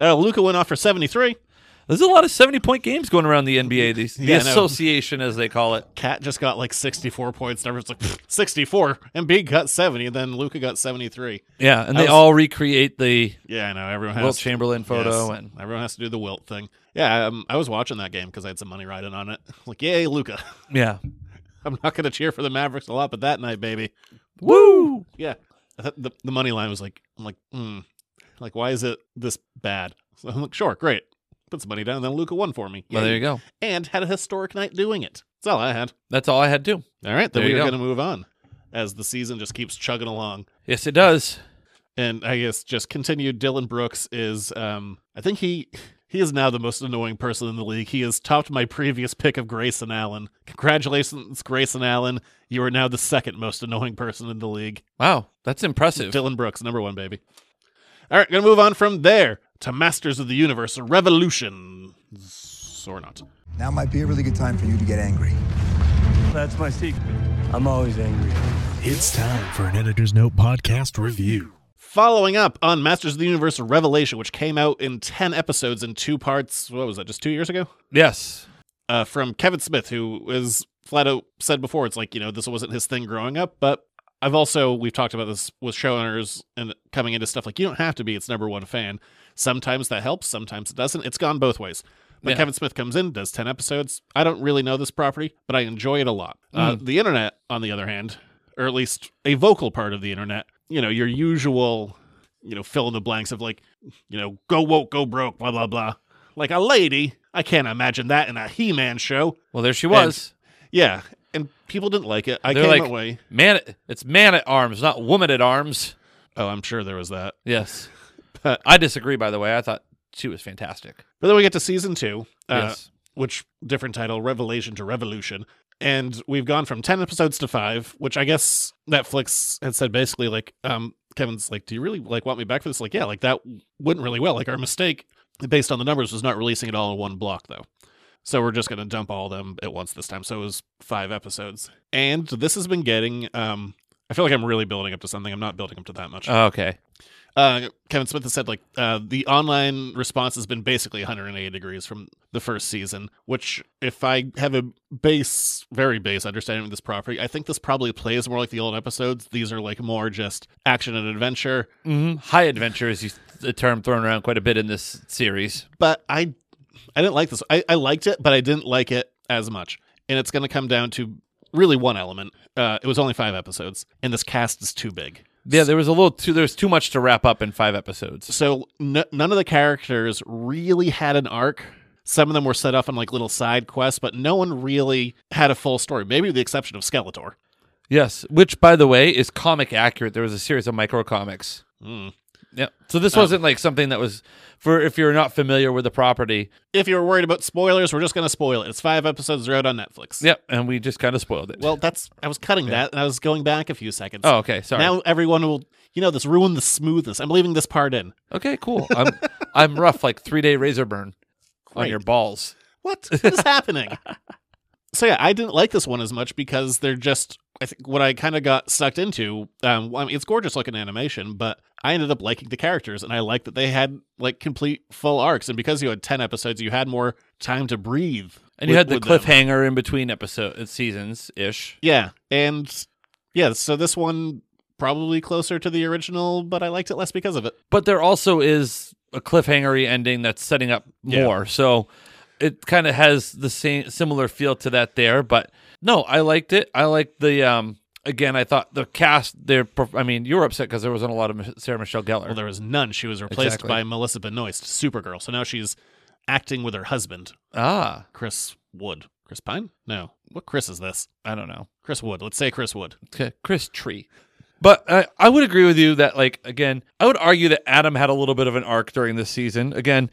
Speaker 5: Uh, Luca went off for 73.
Speaker 6: There's a lot of 70 point games going around the NBA these the
Speaker 5: Yeah, I know.
Speaker 6: association as they call it.
Speaker 5: Cat just got like 64 points. And everyone's like, "Pfft, 64. And Big got 70. And then Luca got 73.
Speaker 6: Yeah, and
Speaker 5: I
Speaker 6: they
Speaker 5: was-
Speaker 6: all recreate the
Speaker 5: Yeah, I know. Everyone has
Speaker 6: Wilt Chamberlain photo
Speaker 5: Yes.
Speaker 6: and
Speaker 5: everyone has to do the Wilt thing. Yeah, um, I was watching that game because I had some money riding on it. Like, yay, Luca.
Speaker 6: yeah.
Speaker 5: I'm not going to cheer for the Mavericks a lot, but that night, baby.
Speaker 6: Woo!
Speaker 5: Yeah. I thought the, the money line was like, I'm like, hmm. Like, why is it this bad? So I'm like, sure, great. Put some money down. And then Luca won for me.
Speaker 6: Well,
Speaker 5: Yay.
Speaker 6: there you go.
Speaker 5: and had a historic night doing it. That's all I had.
Speaker 6: That's all I had too.
Speaker 5: All right, then
Speaker 6: There
Speaker 5: we
Speaker 6: you
Speaker 5: are
Speaker 6: go.
Speaker 5: going to move on as the season just keeps chugging along.
Speaker 6: Yes, it does.
Speaker 5: And I guess just continue. Dylan Brooks is, um, I think he he is now the most annoying person in the league. He has topped my previous pick of Grayson Allen. Congratulations, Grayson Allen. You are now the second most annoying person in the league.
Speaker 6: Wow, that's impressive.
Speaker 5: Dylan Brooks, number one, baby. All right, going to move on from there to Masters of the Universe Revolution. Or not.
Speaker 4: Now might be a really good time for you to get angry.
Speaker 11: That's my secret. I'm always angry.
Speaker 10: It's time for an Editor's Note podcast review.
Speaker 5: Following up on Masters of the Universe Revelation, which came out in 10 episodes in two parts, what was that, just two years ago?
Speaker 6: Yes.
Speaker 5: Uh, from Kevin Smith, who is flat out said before, it's like, you know, this wasn't his thing growing up, but I've also, we've talked about this with showrunners and coming into stuff like, you don't have to be its number one fan. Sometimes that helps, sometimes it doesn't. It's gone both ways. But
Speaker 6: Yeah.
Speaker 5: Kevin Smith comes in, does 10 episodes. I don't really know this property, but I enjoy it a lot. Uh, the internet, on the other hand, or at least a vocal part of the internet, you know, your usual, you know, fill in the blanks of like, you know, go woke, go broke, blah, blah, blah. Like a lady, I can't imagine that in a He Man show.
Speaker 6: Well, there she was.
Speaker 5: Yeah. And people didn't like it. I
Speaker 6: They're
Speaker 5: came
Speaker 6: like
Speaker 5: away.
Speaker 6: man. It's man at arms, not woman at arms.
Speaker 5: Oh, I'm sure there was that.
Speaker 6: Yes. I disagree. By the way, I thought she was fantastic.
Speaker 5: But then we get to season two, uh,
Speaker 6: Yes.
Speaker 5: which different title, Revelation to Revolution. And we've gone from 10 episodes to five, which I guess Netflix had said basically like, um, Kevin's like, do you really like want me back for this? Like, yeah, like that went really well. Like our mistake based on the numbers was not releasing it all in one block though. So we're just going to dump all of them at once this time. So it was five episodes. And this has been getting, um, I feel like I'm really building up to something. I'm not building up to that much
Speaker 6: Oh, okay.
Speaker 5: uh, Kevin Smith has said like uh, the online response has been basically 180 degrees from the first season. Which, if I have a base, very base understanding of this property, I think this probably plays more like the old episodes. These are like more just action and adventure.
Speaker 6: hmm High adventure is used- a term thrown around quite a bit in this series.
Speaker 5: But I, I didn't like this. I, I liked it, but I didn't like it as much. And it's going to come down to really one element. Uh, it was only five episodes, and this cast is too big.
Speaker 6: Yeah, there was a little too. There was too much to wrap up in five episodes.
Speaker 5: so n- none of the characters really had an arc. Some of them were set off on like little side quests, but no one really had a full story. Maybe with the exception of Skeletor.
Speaker 6: Yes, which by the way is comic accurate. There was a series of micro comics.
Speaker 5: Mm.
Speaker 6: Yeah. So this
Speaker 5: Um,
Speaker 6: wasn't like something that was for if you're not familiar with the property.
Speaker 5: If you're worried about spoilers, we're just going to spoil it. It's five episodes. They're out on Netflix.
Speaker 6: Yep. And we just kind of spoiled it.
Speaker 5: Well, that's I was cutting that and I was going back a few seconds.
Speaker 6: Oh, okay. Sorry.
Speaker 5: Now everyone will, you know, this ruined the smoothness. I'm leaving this part in.
Speaker 6: okay. Cool. I'm I'm rough like three day razor burn on
Speaker 5: Great.
Speaker 6: your balls.
Speaker 5: What? What is happening? So yeah, I didn't like this one as much because they're just. I think what I kind of got sucked into. Um, well, I mean, it's gorgeous looking animation, but I ended up liking the characters, and I liked that they had like complete full arcs. And because you had ten episodes, you had more time to breathe.
Speaker 6: And you
Speaker 5: with-
Speaker 6: had the
Speaker 5: with them.
Speaker 6: cliffhanger in between episode uh, seasons ish.
Speaker 5: Yeah, and yeah, so this one probably closer to the original, but I liked it less because of it.
Speaker 6: But there also is a cliffhangery ending that's setting up
Speaker 5: Yeah.
Speaker 6: more. So it kind of has the same similar feel to that there. But no, I liked it. I liked the um again. I thought the cast. There, perf- I mean, you were upset because there wasn't a lot of Mich- Sarah Michelle Gellar.
Speaker 5: Well, there was none. She was replaced
Speaker 6: Exactly.
Speaker 5: by Melissa Benoist, Supergirl. So now she's acting with her husband,
Speaker 6: ah,
Speaker 5: Chris Wood. Chris Pine? No. What Chris is this?
Speaker 6: I don't know.
Speaker 5: Chris Wood. Let's say Chris Wood.
Speaker 6: Okay, Chris Tree. But I, I would agree with you that, like, again, I would argue that Adam had a little bit of an arc during this season. Again,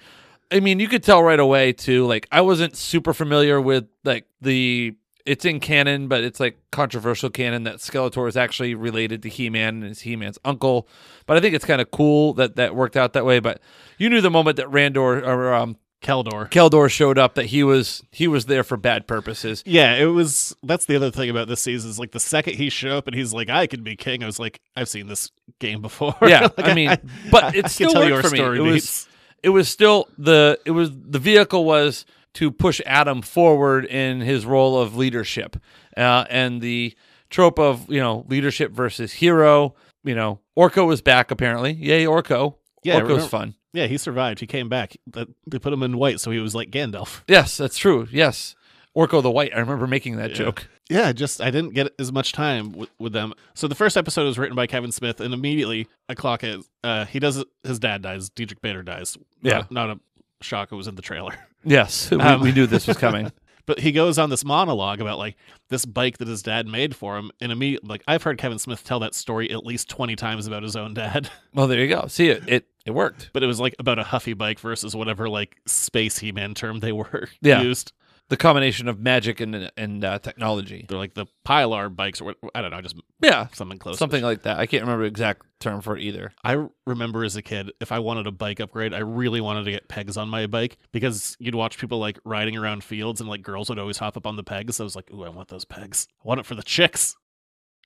Speaker 6: I mean, you could tell right away too. Like, I wasn't super familiar with like the it's in canon, but it's like controversial canon that Skeletor is actually related to He-Man and is He-Man's uncle. But I think it's kind of cool that that worked out that way. But you knew the moment that Randor or um,
Speaker 5: Keldor.
Speaker 6: Keldor showed up that he was he was there for bad purposes.
Speaker 5: Yeah, it was. That's the other thing about this season is like the second he showed up and he's like, "I can be king." I was like, "I've seen this game before."
Speaker 6: Yeah,
Speaker 5: Like,
Speaker 6: I mean, but it
Speaker 5: I
Speaker 6: still
Speaker 5: can tell your
Speaker 6: worked for me.
Speaker 5: story
Speaker 6: It was-
Speaker 5: beats.
Speaker 6: it was still the it was the vehicle was to push Adam forward in his role of leadership, uh, and the trope of you know leadership versus hero. You know, Orko was back apparently. Yay, Orko!
Speaker 5: Yeah, I
Speaker 6: Orko's
Speaker 5: remember-
Speaker 6: fun.
Speaker 5: yeah, he survived. He came back. That- They put him in white, so he was like Gandalf.
Speaker 6: Yes, that's true. Yes, Orko the White. I remember making that joke.
Speaker 5: yeah, just I didn't get as much time with, with them. So the first episode was written by Kevin Smith, and immediately I clock it. Uh, he does his dad dies. Diedrich Bader dies.
Speaker 6: Yeah.
Speaker 5: not, not a shock. It was in the trailer.
Speaker 6: Yes, we,
Speaker 5: Um,
Speaker 6: we knew this was coming.
Speaker 5: But he goes on this monologue about like this bike that his dad made for him, and immediately like I've heard Kevin Smith tell that story at least twenty times about his own dad,
Speaker 6: well, there you go. See it. It it worked.
Speaker 5: but it was like about a huffy bike versus whatever like space he man term they were
Speaker 6: Yeah.
Speaker 5: used.
Speaker 6: The combination of magic and and uh, technology.
Speaker 5: They're like the Pilar bikes or what, I don't know, just
Speaker 6: Yeah,
Speaker 5: something close.
Speaker 6: something like that. I can't remember the exact term for it either.
Speaker 5: I remember as a kid, if I wanted a bike upgrade, I really wanted to get pegs on my bike because you'd watch people like riding around fields and like girls would always hop up on the pegs. I was like, ooh, I want those pegs. I want it for the chicks.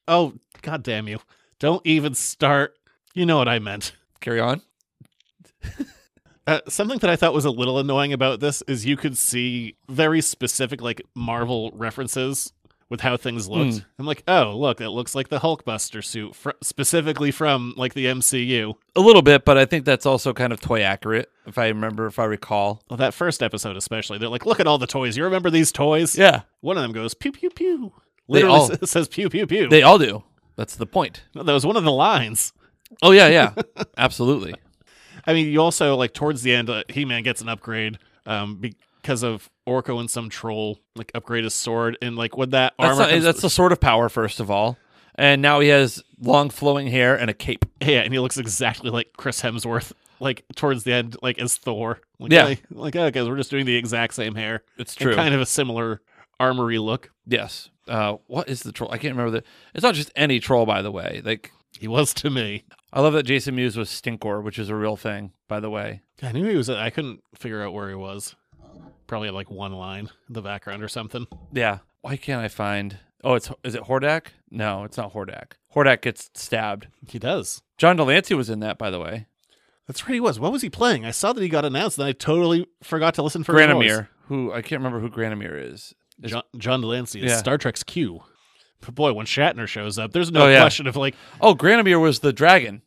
Speaker 5: Oh, god damn you. Don't even start. You know what I meant.
Speaker 6: Carry on.
Speaker 5: Uh, something that I thought was a little annoying about this is you could see very specific like Marvel references with how things looked. I'm like, oh, look, it looks like the Hulkbuster suit, fr- specifically from like the MCU.
Speaker 6: A little bit, but I think that's also kind of toy accurate, if I remember, if I recall.
Speaker 5: Well, that first episode especially, they're like, "Look at all the toys. You remember these toys?"
Speaker 6: Yeah,
Speaker 5: One of them goes pew pew pew.
Speaker 6: They
Speaker 5: Literally
Speaker 6: all-
Speaker 5: s- says pew pew pew.
Speaker 6: they all do. That's the point.
Speaker 5: No, that was one of the lines.
Speaker 6: Oh yeah, yeah, absolutely.
Speaker 5: I mean, you also like towards the end, uh, He Man gets an upgrade um, because of Orko and some troll like upgrade his sword and like when that
Speaker 6: That's,
Speaker 5: armor.
Speaker 6: not,
Speaker 5: comes-
Speaker 6: that's the sort of power, first of all. And now he has long flowing hair and a cape.
Speaker 5: yeah, and he looks exactly like Chris Hemsworth. Like towards the end, like as Thor. Like,
Speaker 6: Yeah.
Speaker 5: like, like oh, guys, we're just doing the exact same hair.
Speaker 6: It's
Speaker 5: And kind of a similar armory look.
Speaker 6: yes. Uh, what is the troll? I can't remember the. It's not just any troll, by the way. Like
Speaker 5: He was to me.
Speaker 6: I love that Jason Mewes was Stinkor, which is a real thing, by the way.
Speaker 5: I knew he was. I couldn't figure out where he was. Probably had like one line in the background or something.
Speaker 6: Yeah. Why can't I find? Oh, it's is it Hordak? No, it's not Hordak. Hordak gets stabbed.
Speaker 5: He does.
Speaker 6: John Delancey was in that, by the way.
Speaker 5: That's right. He was. What was he playing? I saw that he got announced, and I totally forgot to listen for his voice.
Speaker 6: Granamir, who I can't remember who Granamir is. Is-
Speaker 5: John, John Delancey is
Speaker 6: Yeah.
Speaker 5: Star Trek's Q. But boy, when Shatner shows up, there's no
Speaker 6: Oh, yeah.
Speaker 5: question of like,
Speaker 6: Oh, Granamir was the dragon.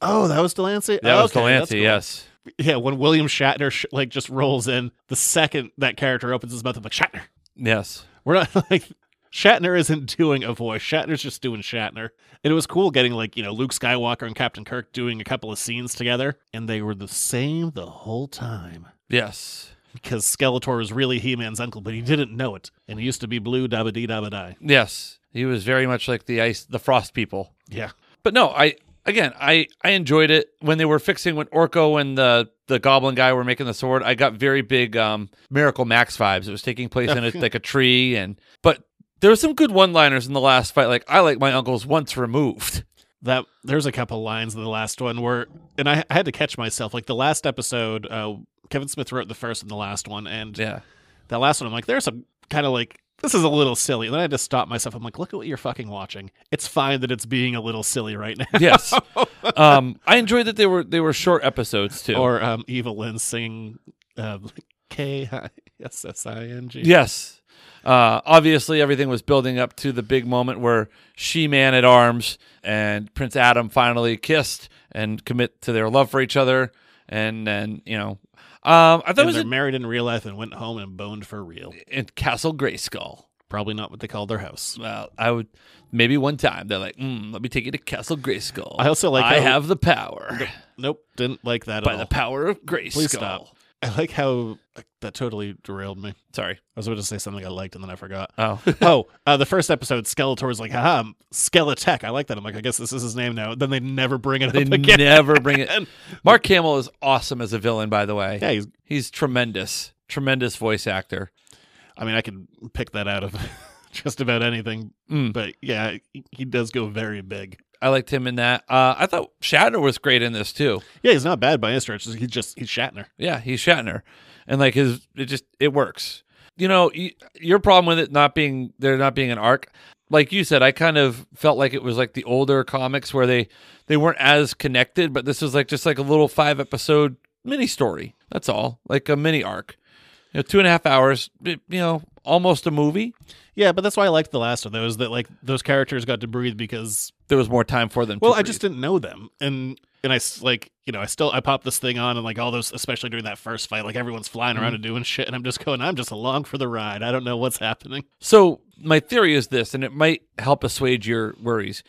Speaker 5: oh, that was Delancey.
Speaker 6: That was
Speaker 5: Okay, that's
Speaker 6: Delancey.
Speaker 5: cool.
Speaker 6: Yes.
Speaker 5: Yeah. When William Shatner sh- like just rolls in, the second that character opens his mouth, I'm like Shatner.
Speaker 6: Yes.
Speaker 5: We're not like Shatner isn't doing a voice. Shatner's just doing Shatner. And it was cool getting like, you know, Luke Skywalker and Captain Kirk doing a couple of scenes together, and they were the same the whole time.
Speaker 6: Yes.
Speaker 5: Because Skeletor was really He Man's uncle, but he didn't know it. And he used to be blue dabba dee dabba die.
Speaker 6: Yes. He was very much like the ice, the frost people.
Speaker 5: Yeah.
Speaker 6: But no, I again, I I enjoyed it when they were fixing when Orko and the the Goblin guy were making the sword. I got very big um Miracle Max vibes. It was taking place in a, like a tree, and but there were some good one liners in the last fight. Like I like my uncles once removed.
Speaker 5: that there's a couple lines in the last one where and I, I had to catch myself like the last episode uh kevin smith wrote the first and the last one and
Speaker 6: yeah
Speaker 5: that last one i'm like there's some kind of like this is a little silly and then i had to stop myself i'm like look at what you're fucking watching it's fine that it's being a little silly right now
Speaker 6: Yes. um, I enjoyed that they were they were short episodes too.
Speaker 5: or um evil lynn singing um k-i-s-s-i-n-g
Speaker 6: yes. Uh, obviously, everything was building up to the big moment where She Man at Arms and Prince Adam finally kissed and commit to their love for each other. And then, you know, um, I thought it
Speaker 5: and
Speaker 6: was
Speaker 5: they're
Speaker 6: a-
Speaker 5: married in real life and went home and boned for real
Speaker 6: in Castle Grayskull.
Speaker 5: probably not what they called their house
Speaker 6: Well, I would maybe one time they're like, mm, "Let me take you to Castle Grayskull."
Speaker 5: I also like
Speaker 6: I
Speaker 5: how-
Speaker 6: have the power
Speaker 5: nope didn't like that
Speaker 6: by
Speaker 5: at
Speaker 6: the
Speaker 5: all
Speaker 6: power of Grayskull.
Speaker 5: please stop i like how that totally derailed me
Speaker 6: Sorry.
Speaker 5: I was about to say something I liked and then I forgot.
Speaker 6: Oh,
Speaker 5: oh, uh, the first episode, Skeletor's like, haha, I'm Skeletech. I like that. I'm like, I guess this is his name now. Then they never bring it
Speaker 6: they
Speaker 5: up again.
Speaker 6: never bring it. Mark Hamill is awesome as a villain, by the way.
Speaker 5: yeah, he's,
Speaker 6: He's tremendous, tremendous voice actor.
Speaker 5: I mean, I can pick that out of just about anything.
Speaker 6: Mm.
Speaker 5: But yeah, he- he does go very big.
Speaker 6: I liked him in that. Uh, I thought Shatner was great in this too.
Speaker 5: Yeah, he's not bad by any stretch. He's just, he's Shatner.
Speaker 6: Yeah, he's Shatner, and like his, it just it works. You know, y- your problem with it not being there not being an arc, like you said, I kind of felt like it was like the older comics where they they weren't as connected, but this was like just like a little five episode mini story. That's all, like a mini arc. You know, two and a half hours. You know, almost a movie.
Speaker 5: Yeah, but that's why I liked the last of those, that like those characters got to breathe because,
Speaker 6: There was more time for them. to
Speaker 5: well, I
Speaker 6: breathe.
Speaker 5: just didn't know them. And, and I s- like, you know, I still, I pop this thing on and like all those, especially during that first fight, like everyone's flying around and doing shit. And I'm just going, I'm just along for the ride. I don't know what's happening.
Speaker 6: So my theory is this, and it might help assuage your worries.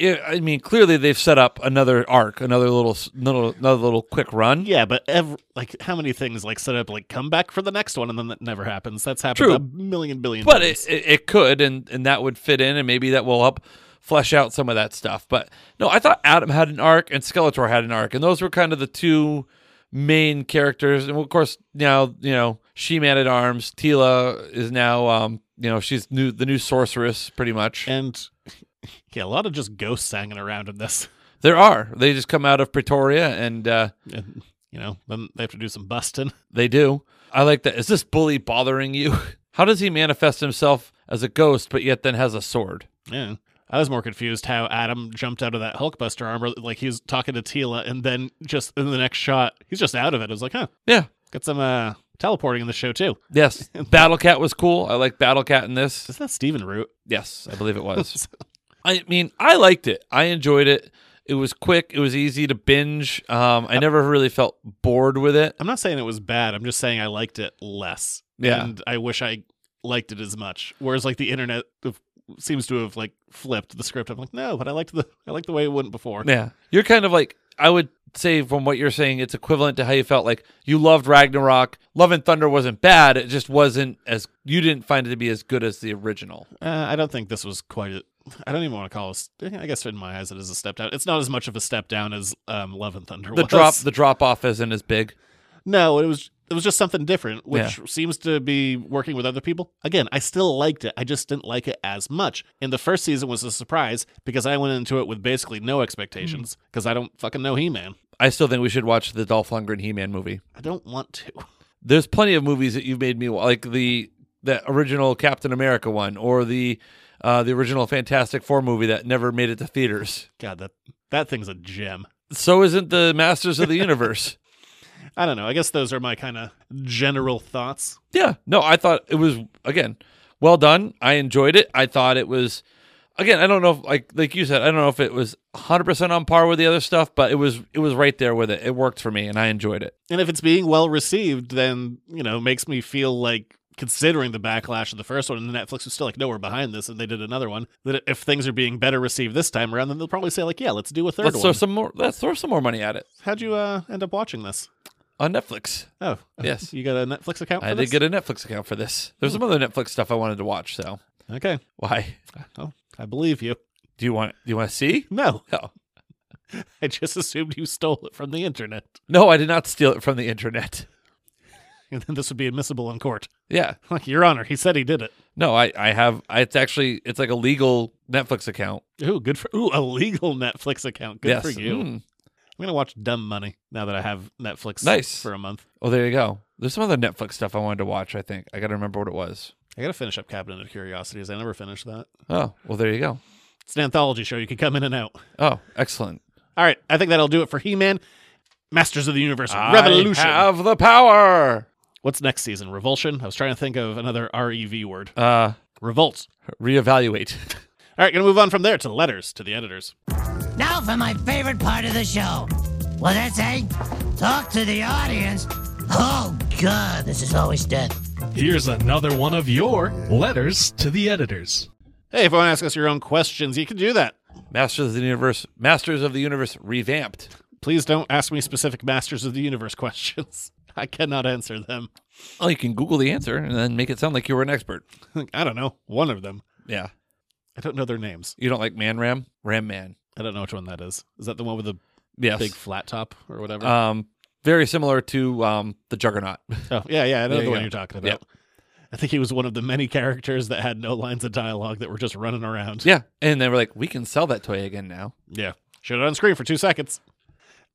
Speaker 6: I I mean, clearly they've set up another arc, another little, s- little another little quick run.
Speaker 5: Yeah, but ev like how many things like set up like come back for the next one and then that never happens. That's happened
Speaker 6: True.
Speaker 5: a million billion
Speaker 6: but
Speaker 5: times.
Speaker 6: it, it, it could, and and that would fit in, and maybe that will help flesh out some of that stuff. But no, I thought Adam had an arc and Skeletor had an arc, and those were kind of the two main characters. And of course, now you know she man at arms. Tila is now, um, you know, she's new, the new sorceress, pretty much.
Speaker 5: and yeah, a lot of just ghosts hanging around in this.
Speaker 6: there are they just come out of Pretoria and. uh
Speaker 5: And, you know, then they have to do some busting.
Speaker 6: They do. I like that. Is this bully bothering you? How does he manifest himself as a ghost, but yet then has a sword?
Speaker 5: Yeah. I was more confused how Adam jumped out of that Hulkbuster armor, like he was talking to Tila, and then just in the next shot, he's just out of it. I was like, huh,
Speaker 6: Yeah.
Speaker 5: got some uh teleporting in the show too.
Speaker 6: Yes. Battle Cat was cool. I like Battle Cat in this.
Speaker 5: Is that Steven Root?
Speaker 6: Yes, I believe it was. I mean, I liked it. I enjoyed it. It was quick. It was easy to binge. Um, I never really felt bored with it.
Speaker 5: I'm not saying it was bad. I'm just saying I liked it less.
Speaker 6: Yeah.
Speaker 5: And I wish I liked it as much. Whereas like the internet of- seems to have like flipped the script. I'm like, no, but I liked the I liked the way it went before.
Speaker 6: Yeah. You're kind of like, I would say from what you're saying, it's equivalent to how you felt like you loved Ragnarok. Love and Thunder wasn't bad. It just wasn't as, you didn't find it to be as good as the original.
Speaker 5: Uh, I don't think this was quite. A, I don't even want to call it. I guess in my eyes, it is a step down. It's not as much of a step down as um, Love and Thunder.
Speaker 6: the
Speaker 5: was.
Speaker 6: drop the drop off isn't as big.
Speaker 5: No, it was it was just something different, which
Speaker 6: Yeah.
Speaker 5: seems to be working with other people. Again, I still liked it. I just didn't like it as much. And the first season was a surprise because I went into it with basically no expectations
Speaker 6: Hmm.
Speaker 5: because I don't fucking know He Man.
Speaker 6: I still think we should watch the Dolph Lundgren He Man movie.
Speaker 5: I don't want to.
Speaker 6: There's plenty of movies that you've made me wa- like the the original Captain America one or the uh, the original Fantastic Four movie that never made it to theaters.
Speaker 5: God, that that thing's a gem.
Speaker 6: So isn't the Masters of the Universe?
Speaker 5: I don't know. I guess those are my kind of general thoughts.
Speaker 6: Yeah. No, I thought it was again well done. I enjoyed it. I thought it was again. I don't know if like like you said. I don't know if it was 100 percent on par with the other stuff, but it was it was right there with it. It worked for me, and I enjoyed it.
Speaker 5: And if it's being well received, then you know, makes me feel like considering the backlash of the first one and Netflix was still like, no, we're behind this, and they did another one. That if things are being better received this time around, then they'll probably say like, yeah, let's do a 3rd
Speaker 6: Let's
Speaker 5: one.
Speaker 6: throw some more. Let's throw some more money at it
Speaker 5: How'd you uh, end up watching this?
Speaker 6: on Netflix.
Speaker 5: Oh,
Speaker 6: Yes.
Speaker 5: you got a Netflix account. For
Speaker 6: I
Speaker 5: this? Hmm.
Speaker 6: did get a Netflix account for this. There's some other Netflix stuff I wanted to watch, so
Speaker 5: it. Okay.
Speaker 6: why?
Speaker 5: Oh, I believe you.
Speaker 6: Do you want do you want to see?
Speaker 5: No,
Speaker 6: No.
Speaker 5: I just assumed you stole it from the internet.
Speaker 6: No, I did not steal it from the internet.
Speaker 5: And then this would be admissible in court.
Speaker 6: Yeah.
Speaker 5: Like, Your Honor, he said he did it.
Speaker 6: No, I, I have. I, it's actually it's like a legal Netflix account.
Speaker 5: Ooh, good for ooh, a legal Netflix account. Good
Speaker 6: Yes.
Speaker 5: for you.
Speaker 6: Mm.
Speaker 5: I'm gonna watch Dumb Money now that I have Netflix
Speaker 6: Nice.
Speaker 5: for a month.
Speaker 6: Oh, there you go. There's some other Netflix stuff I wanted to watch. I think I got to remember what it was.
Speaker 5: I gotta finish up Cabinet of Curiosities. I never finished that.
Speaker 6: Oh, well, there you go.
Speaker 5: It's an anthology show. You can come in and out.
Speaker 6: Oh, excellent.
Speaker 5: All right, I think that'll do it for He-Man, Masters of the Universe, Revolution.
Speaker 6: I have the power.
Speaker 5: What's next season? Revulsion. I was trying to think of another REV word.
Speaker 6: Uh,
Speaker 5: Revolt.
Speaker 6: reevaluate.
Speaker 5: All right, gonna move on from there to letters to the editors.
Speaker 12: Now for my favorite part of the show. Well, that's a talk to the audience. Oh, God, this is always death.
Speaker 10: Here's another one of your letters to the editors.
Speaker 5: Hey, if you want to ask us your own questions, you can do that.
Speaker 6: Masters of the Universe. Masters of the Universe revamped.
Speaker 5: Please don't ask me specific Masters of the Universe questions. I cannot answer them.
Speaker 6: Well, you can Google the answer and then make it sound like you were an expert.
Speaker 5: I don't know. One of them.
Speaker 6: Yeah.
Speaker 5: I don't know their names.
Speaker 6: You don't like Man Ram? Ram Man.
Speaker 5: I don't know which one that is. Is that the one with the
Speaker 6: Yes.
Speaker 5: big flat top or whatever?
Speaker 6: um, very similar to um, the Juggernaut.
Speaker 5: oh, yeah, yeah. I know
Speaker 6: there
Speaker 5: the
Speaker 6: you
Speaker 5: one
Speaker 6: go.
Speaker 5: you're talking about.
Speaker 6: Yep.
Speaker 5: I think he was one of the many characters that had no lines of dialogue that were just running around.
Speaker 6: yeah. And they were like, we can sell that toy again now.
Speaker 5: Yeah. Showed it on screen for two seconds.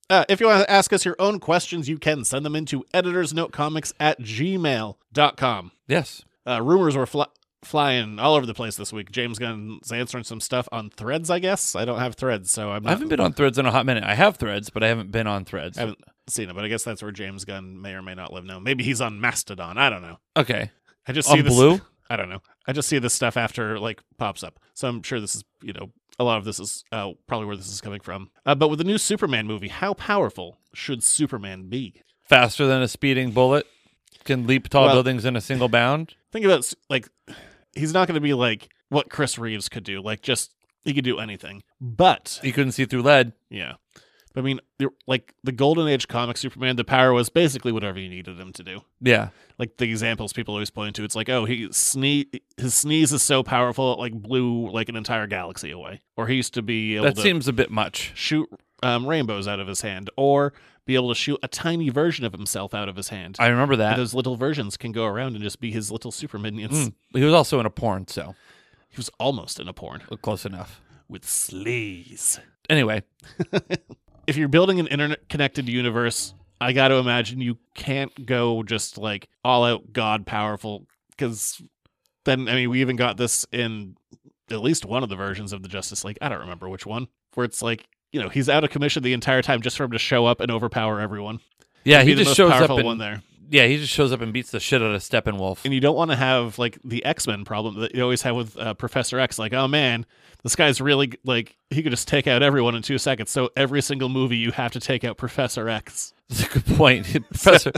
Speaker 5: Uh, if you want to ask us your own questions, you can send them into editorsnotecomics at gmail.com.
Speaker 6: Yes.
Speaker 5: Uh, rumors were fly- flying all over the place this week. James Gunn's answering some stuff on threads, I guess. I don't have threads, so I'm not,
Speaker 6: I haven't been on threads in a hot minute. I have threads, but I haven't been on threads.
Speaker 5: I haven't seen it, but I guess that's where James Gunn may or may not live now. Maybe he's on Mastodon. I don't know.
Speaker 6: Okay.
Speaker 5: I just
Speaker 6: On
Speaker 5: see this.
Speaker 6: Blue?
Speaker 5: I don't know. I just see this stuff after like pops up. So I'm sure this is you know a lot of this is uh, probably where this is coming from. Uh, but with the new Superman movie, how powerful should Superman be?
Speaker 6: Faster than a speeding bullet. Can leap tall
Speaker 5: Well-
Speaker 6: buildings in a single bound.
Speaker 5: Think about s- like he's not going to be like what Chris Reeves could do. Like just he could do anything. But
Speaker 6: He couldn't see through lead.
Speaker 5: yeah. I mean, the- like the Golden Age comic Superman, the power was basically whatever you needed him to do.
Speaker 6: Yeah.
Speaker 5: like the examples people always point to. It's like, oh, he sneeze, his sneeze is so powerful it like blew like an entire galaxy away. Or he used to be able
Speaker 6: That
Speaker 5: to
Speaker 6: seems a bit much.
Speaker 5: shoot um, rainbows out of his hand, or be able to shoot a tiny version of himself out of his hand.
Speaker 6: I remember
Speaker 5: And
Speaker 6: that.
Speaker 5: those little versions can go around and just be his little super minions.
Speaker 6: Mm. He was also in a porn, so
Speaker 5: He was almost in a porn
Speaker 6: close enough.
Speaker 5: with sleaze.
Speaker 6: Anyway,
Speaker 5: if you're building an internet connected universe, I got to imagine you can't go just like all out god powerful because then I mean we even got this in at least one of the versions of the Justice League. I don't remember which one where it's like you know he's out of commission the entire time just for him to show up and overpower everyone.
Speaker 6: yeah,
Speaker 5: Be
Speaker 6: he
Speaker 5: the
Speaker 6: just
Speaker 5: most
Speaker 6: shows up
Speaker 5: powerful
Speaker 6: and
Speaker 5: one there,
Speaker 6: yeah, he just shows up and beats the shit out of Steppenwolf.
Speaker 5: and you don't want to have like the X Men problem that you always have with uh, Professor X. Like, oh man, this guy's really g- like he could just take out everyone in two seconds. So every single movie you have to take out Professor X.
Speaker 6: That's a good point, Professor.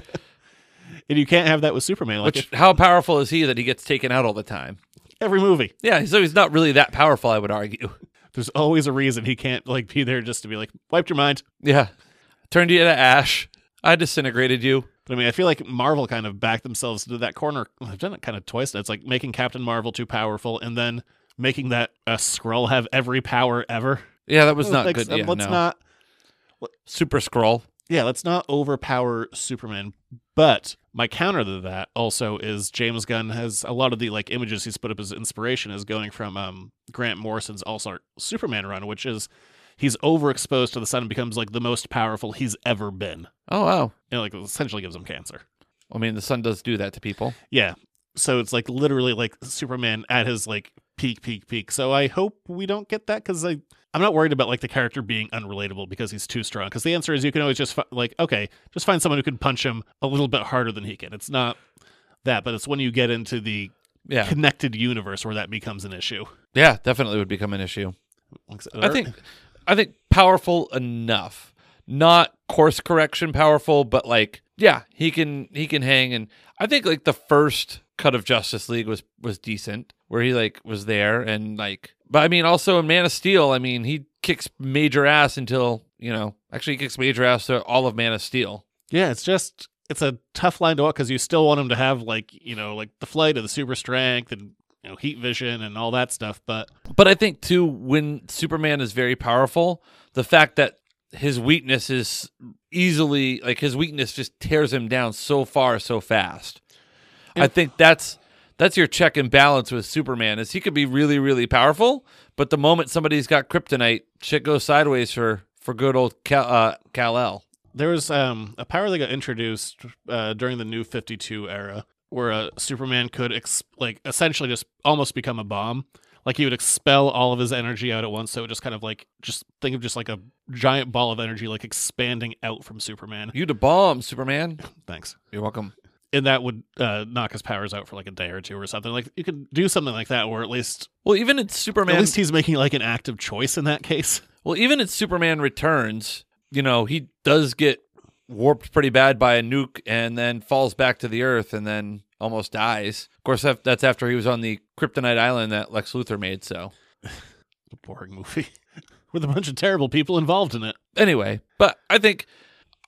Speaker 5: And you can't have that with Superman. Like
Speaker 6: Which
Speaker 5: if-
Speaker 6: how powerful is he that he gets taken out all the time?
Speaker 5: every movie,
Speaker 6: Yeah, so he's not really that powerful, I would argue.
Speaker 5: there's always a reason he can't like be there just to be like wiped your mind.
Speaker 6: Yeah, turned you to ash. I disintegrated you.
Speaker 5: But I mean, I feel like Marvel kind of backed themselves into that corner. I've done it kind of twice. now. It's like making Captain Marvel too powerful, and then making that uh, Skrull have every power ever.
Speaker 6: Yeah, that was not
Speaker 5: Like,
Speaker 6: good.
Speaker 5: um,
Speaker 6: Yeah,
Speaker 5: let's
Speaker 6: no.
Speaker 5: not.
Speaker 6: Super scroll.
Speaker 5: Yeah, let's not overpower Superman. But my counter to that also is James Gunn has a lot of the like images he's put up as inspiration is going from um, Grant Morrison's All Star Superman run, which is he's overexposed to the sun and becomes like the most powerful he's ever been.
Speaker 6: Oh wow.
Speaker 5: And like essentially gives him cancer.
Speaker 6: I mean, the sun does do that to people.
Speaker 5: Yeah. So it's like literally like Superman at his like peak, peak, peak. So I hope we don't get that because I I'm not worried about like the character being unrelatable because he's too strong. Because the answer is you can always just fi- like okay, just find someone who can punch him a little bit harder than he can. It's not that, but it's when you get into the
Speaker 6: Yeah,
Speaker 5: connected universe where that becomes an issue.
Speaker 6: yeah, definitely would become an issue.
Speaker 5: Like, uh,
Speaker 6: I
Speaker 5: or-
Speaker 6: think I think powerful enough. Not course correction powerful, but like yeah, he can he can hang and I think like the first cut of Justice League was was decent where he like was there and like but I mean also in Man of Steel, I mean he kicks major ass until, you know, actually he kicks major ass to all of Man of Steel.
Speaker 5: yeah, it's just it's a tough line to walk because you still want him to have like you know like the flight of the super strength and you know heat vision and all that stuff, but
Speaker 6: But I think too when Superman is very powerful, the fact that his weakness is easily like his weakness just tears him down so far so fast. I think that's that's your check and balance with Superman is he could be really really powerful, but the moment somebody's got kryptonite, shit goes sideways for for good old Kal uh, Kal-El.
Speaker 5: There was um, a power that got introduced uh, during the New Fifty Two era, where uh, Superman could ex- like essentially just almost become a bomb. Like he would expel all of his energy out at once, so it just kind of like just think of just like a giant ball of energy like expanding out from Superman.
Speaker 6: You the bomb, Superman.
Speaker 5: Thanks.
Speaker 6: You're welcome.
Speaker 5: And that would uh, knock his powers out for like a day or two or something. Like you could do something like that, where at least
Speaker 6: Well, even in Superman,
Speaker 5: at least he's making like an active choice in that case.
Speaker 6: well, even in Superman Returns, you know he does get warped pretty bad by a nuke and then falls back to the earth and then almost dies. Of course, that- that's after he was on the Kryptonite Island that Lex Luthor made. So
Speaker 5: A boring movie with a bunch of terrible people involved in it.
Speaker 6: anyway, but I think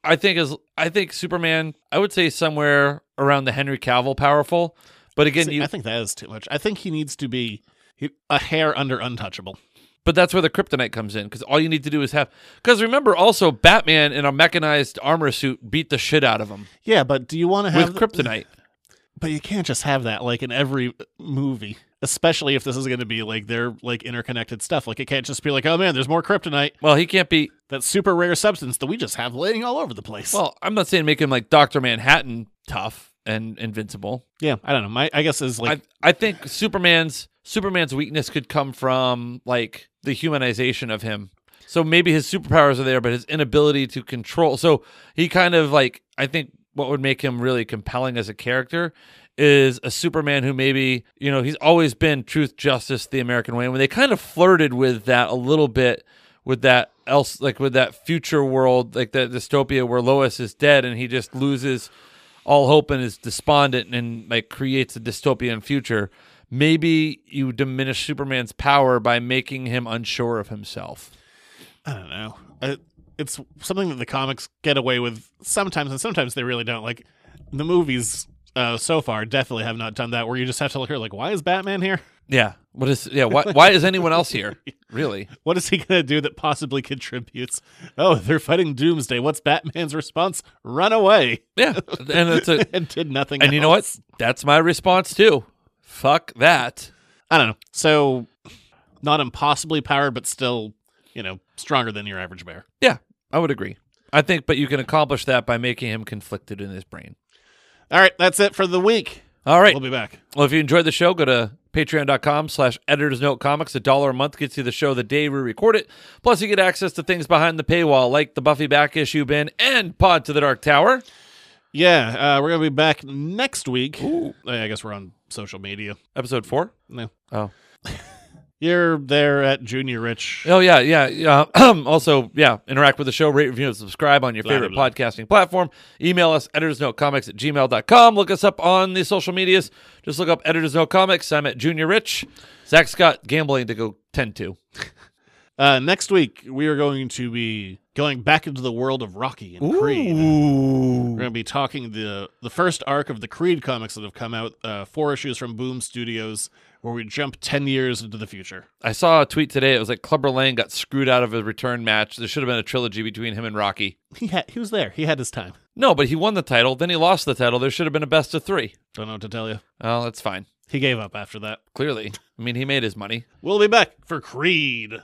Speaker 6: I think as I think Superman, I would say somewhere around the Henry Cavill powerful. But again,
Speaker 5: See,
Speaker 6: you
Speaker 5: I think that is too much. I think he needs to be he- a hair under untouchable.
Speaker 6: But that's where the kryptonite comes in because all you need to do is have. Because remember, also Batman in a mechanized armor suit beat the shit out of him
Speaker 5: Yeah, but do you want to have
Speaker 6: with kryptonite.
Speaker 5: But you can't just have that like in every movie, especially if this is going to be like their like interconnected stuff. Like it can't just be like, oh man, there's more kryptonite,
Speaker 6: Well, he can't be.
Speaker 5: that super rare substance that we just have laying all over the place.
Speaker 6: Well, I'm not saying make him like Doctor Manhattan tough and invincible.
Speaker 5: yeah, I don't know. My I guess is like
Speaker 6: I I think Superman's Superman's weakness could come from like the humanization of him. So maybe his superpowers are there, but his inability to control. So he kind of like I think what would make him really compelling as a character is a Superman who maybe you know he's always been truth, justice, the American way. And when they kind of flirted with that a little bit with that else like with that future world like that dystopia where Lois is dead and he just loses all hope and is despondent and like creates a dystopian future. Maybe you diminish Superman's power by making him unsure of himself.
Speaker 5: I don't know. I, it's something that the comics get away with sometimes, and sometimes they really don't. Like the movies uh, so far definitely have not done that. Where you just have to look here, like, why is Batman here?
Speaker 6: Yeah. What is yeah, why why is anyone else here? Really?
Speaker 5: What is he going to do that possibly contributes? Oh, they're fighting Doomsday. What's Batman's response? Run away.
Speaker 6: Yeah. And it's a
Speaker 5: and did nothing.
Speaker 6: and you know what?
Speaker 5: else.
Speaker 6: That's my response too. Fuck that.
Speaker 5: I don't know. So, not impossibly powered, but still, you know, stronger than your average bear.
Speaker 6: Yeah, I would agree. I think but you can accomplish that by making him conflicted in his brain.
Speaker 5: All right, that's it for the week.
Speaker 6: All right.
Speaker 5: We'll be back.
Speaker 6: Well, if you enjoyed the show, go to patreon.com slash editors note comics. A dollar a month gets you the show the day we record it. Plus, you get access to things behind the paywall, like the Buffy back issue bin and Pod to the Dark Tower.
Speaker 5: Yeah, uh, we're gonna be back next week. I guess we're on social media.
Speaker 6: Episode four.
Speaker 5: No,
Speaker 6: Oh.
Speaker 5: you're there at Junior Rich.
Speaker 6: Oh, yeah, yeah. yeah. also, yeah, interact with the show, rate, review, and subscribe on your
Speaker 5: Blah,
Speaker 6: favorite
Speaker 5: blah,
Speaker 6: podcasting platform. Email us editorsnotecomics at gmail.com. Look us up on the social medias. Just look up Editors Note Comics. I'm at Junior Rich. Zach's got gambling to go tend to.
Speaker 5: Uh, next week we are going to be going back into the world of Rocky and Creed. We're going to be talking the the first arc of the Creed comics that have come out, uh, four issues from Boom Studios, where we jump ten years into the future.
Speaker 6: I saw a tweet today. It was like Clubber Lang got screwed out of a return match. There should have been a trilogy between him and Rocky.
Speaker 5: He had he was there. He had his time.
Speaker 6: No, but he won the title. Then he lost the title. There should have been a best of three.
Speaker 5: Don't know what to tell you.
Speaker 6: Well, that's fine.
Speaker 5: He gave up after that.
Speaker 6: Clearly. I mean, he made his money.
Speaker 5: We'll be back for Creed.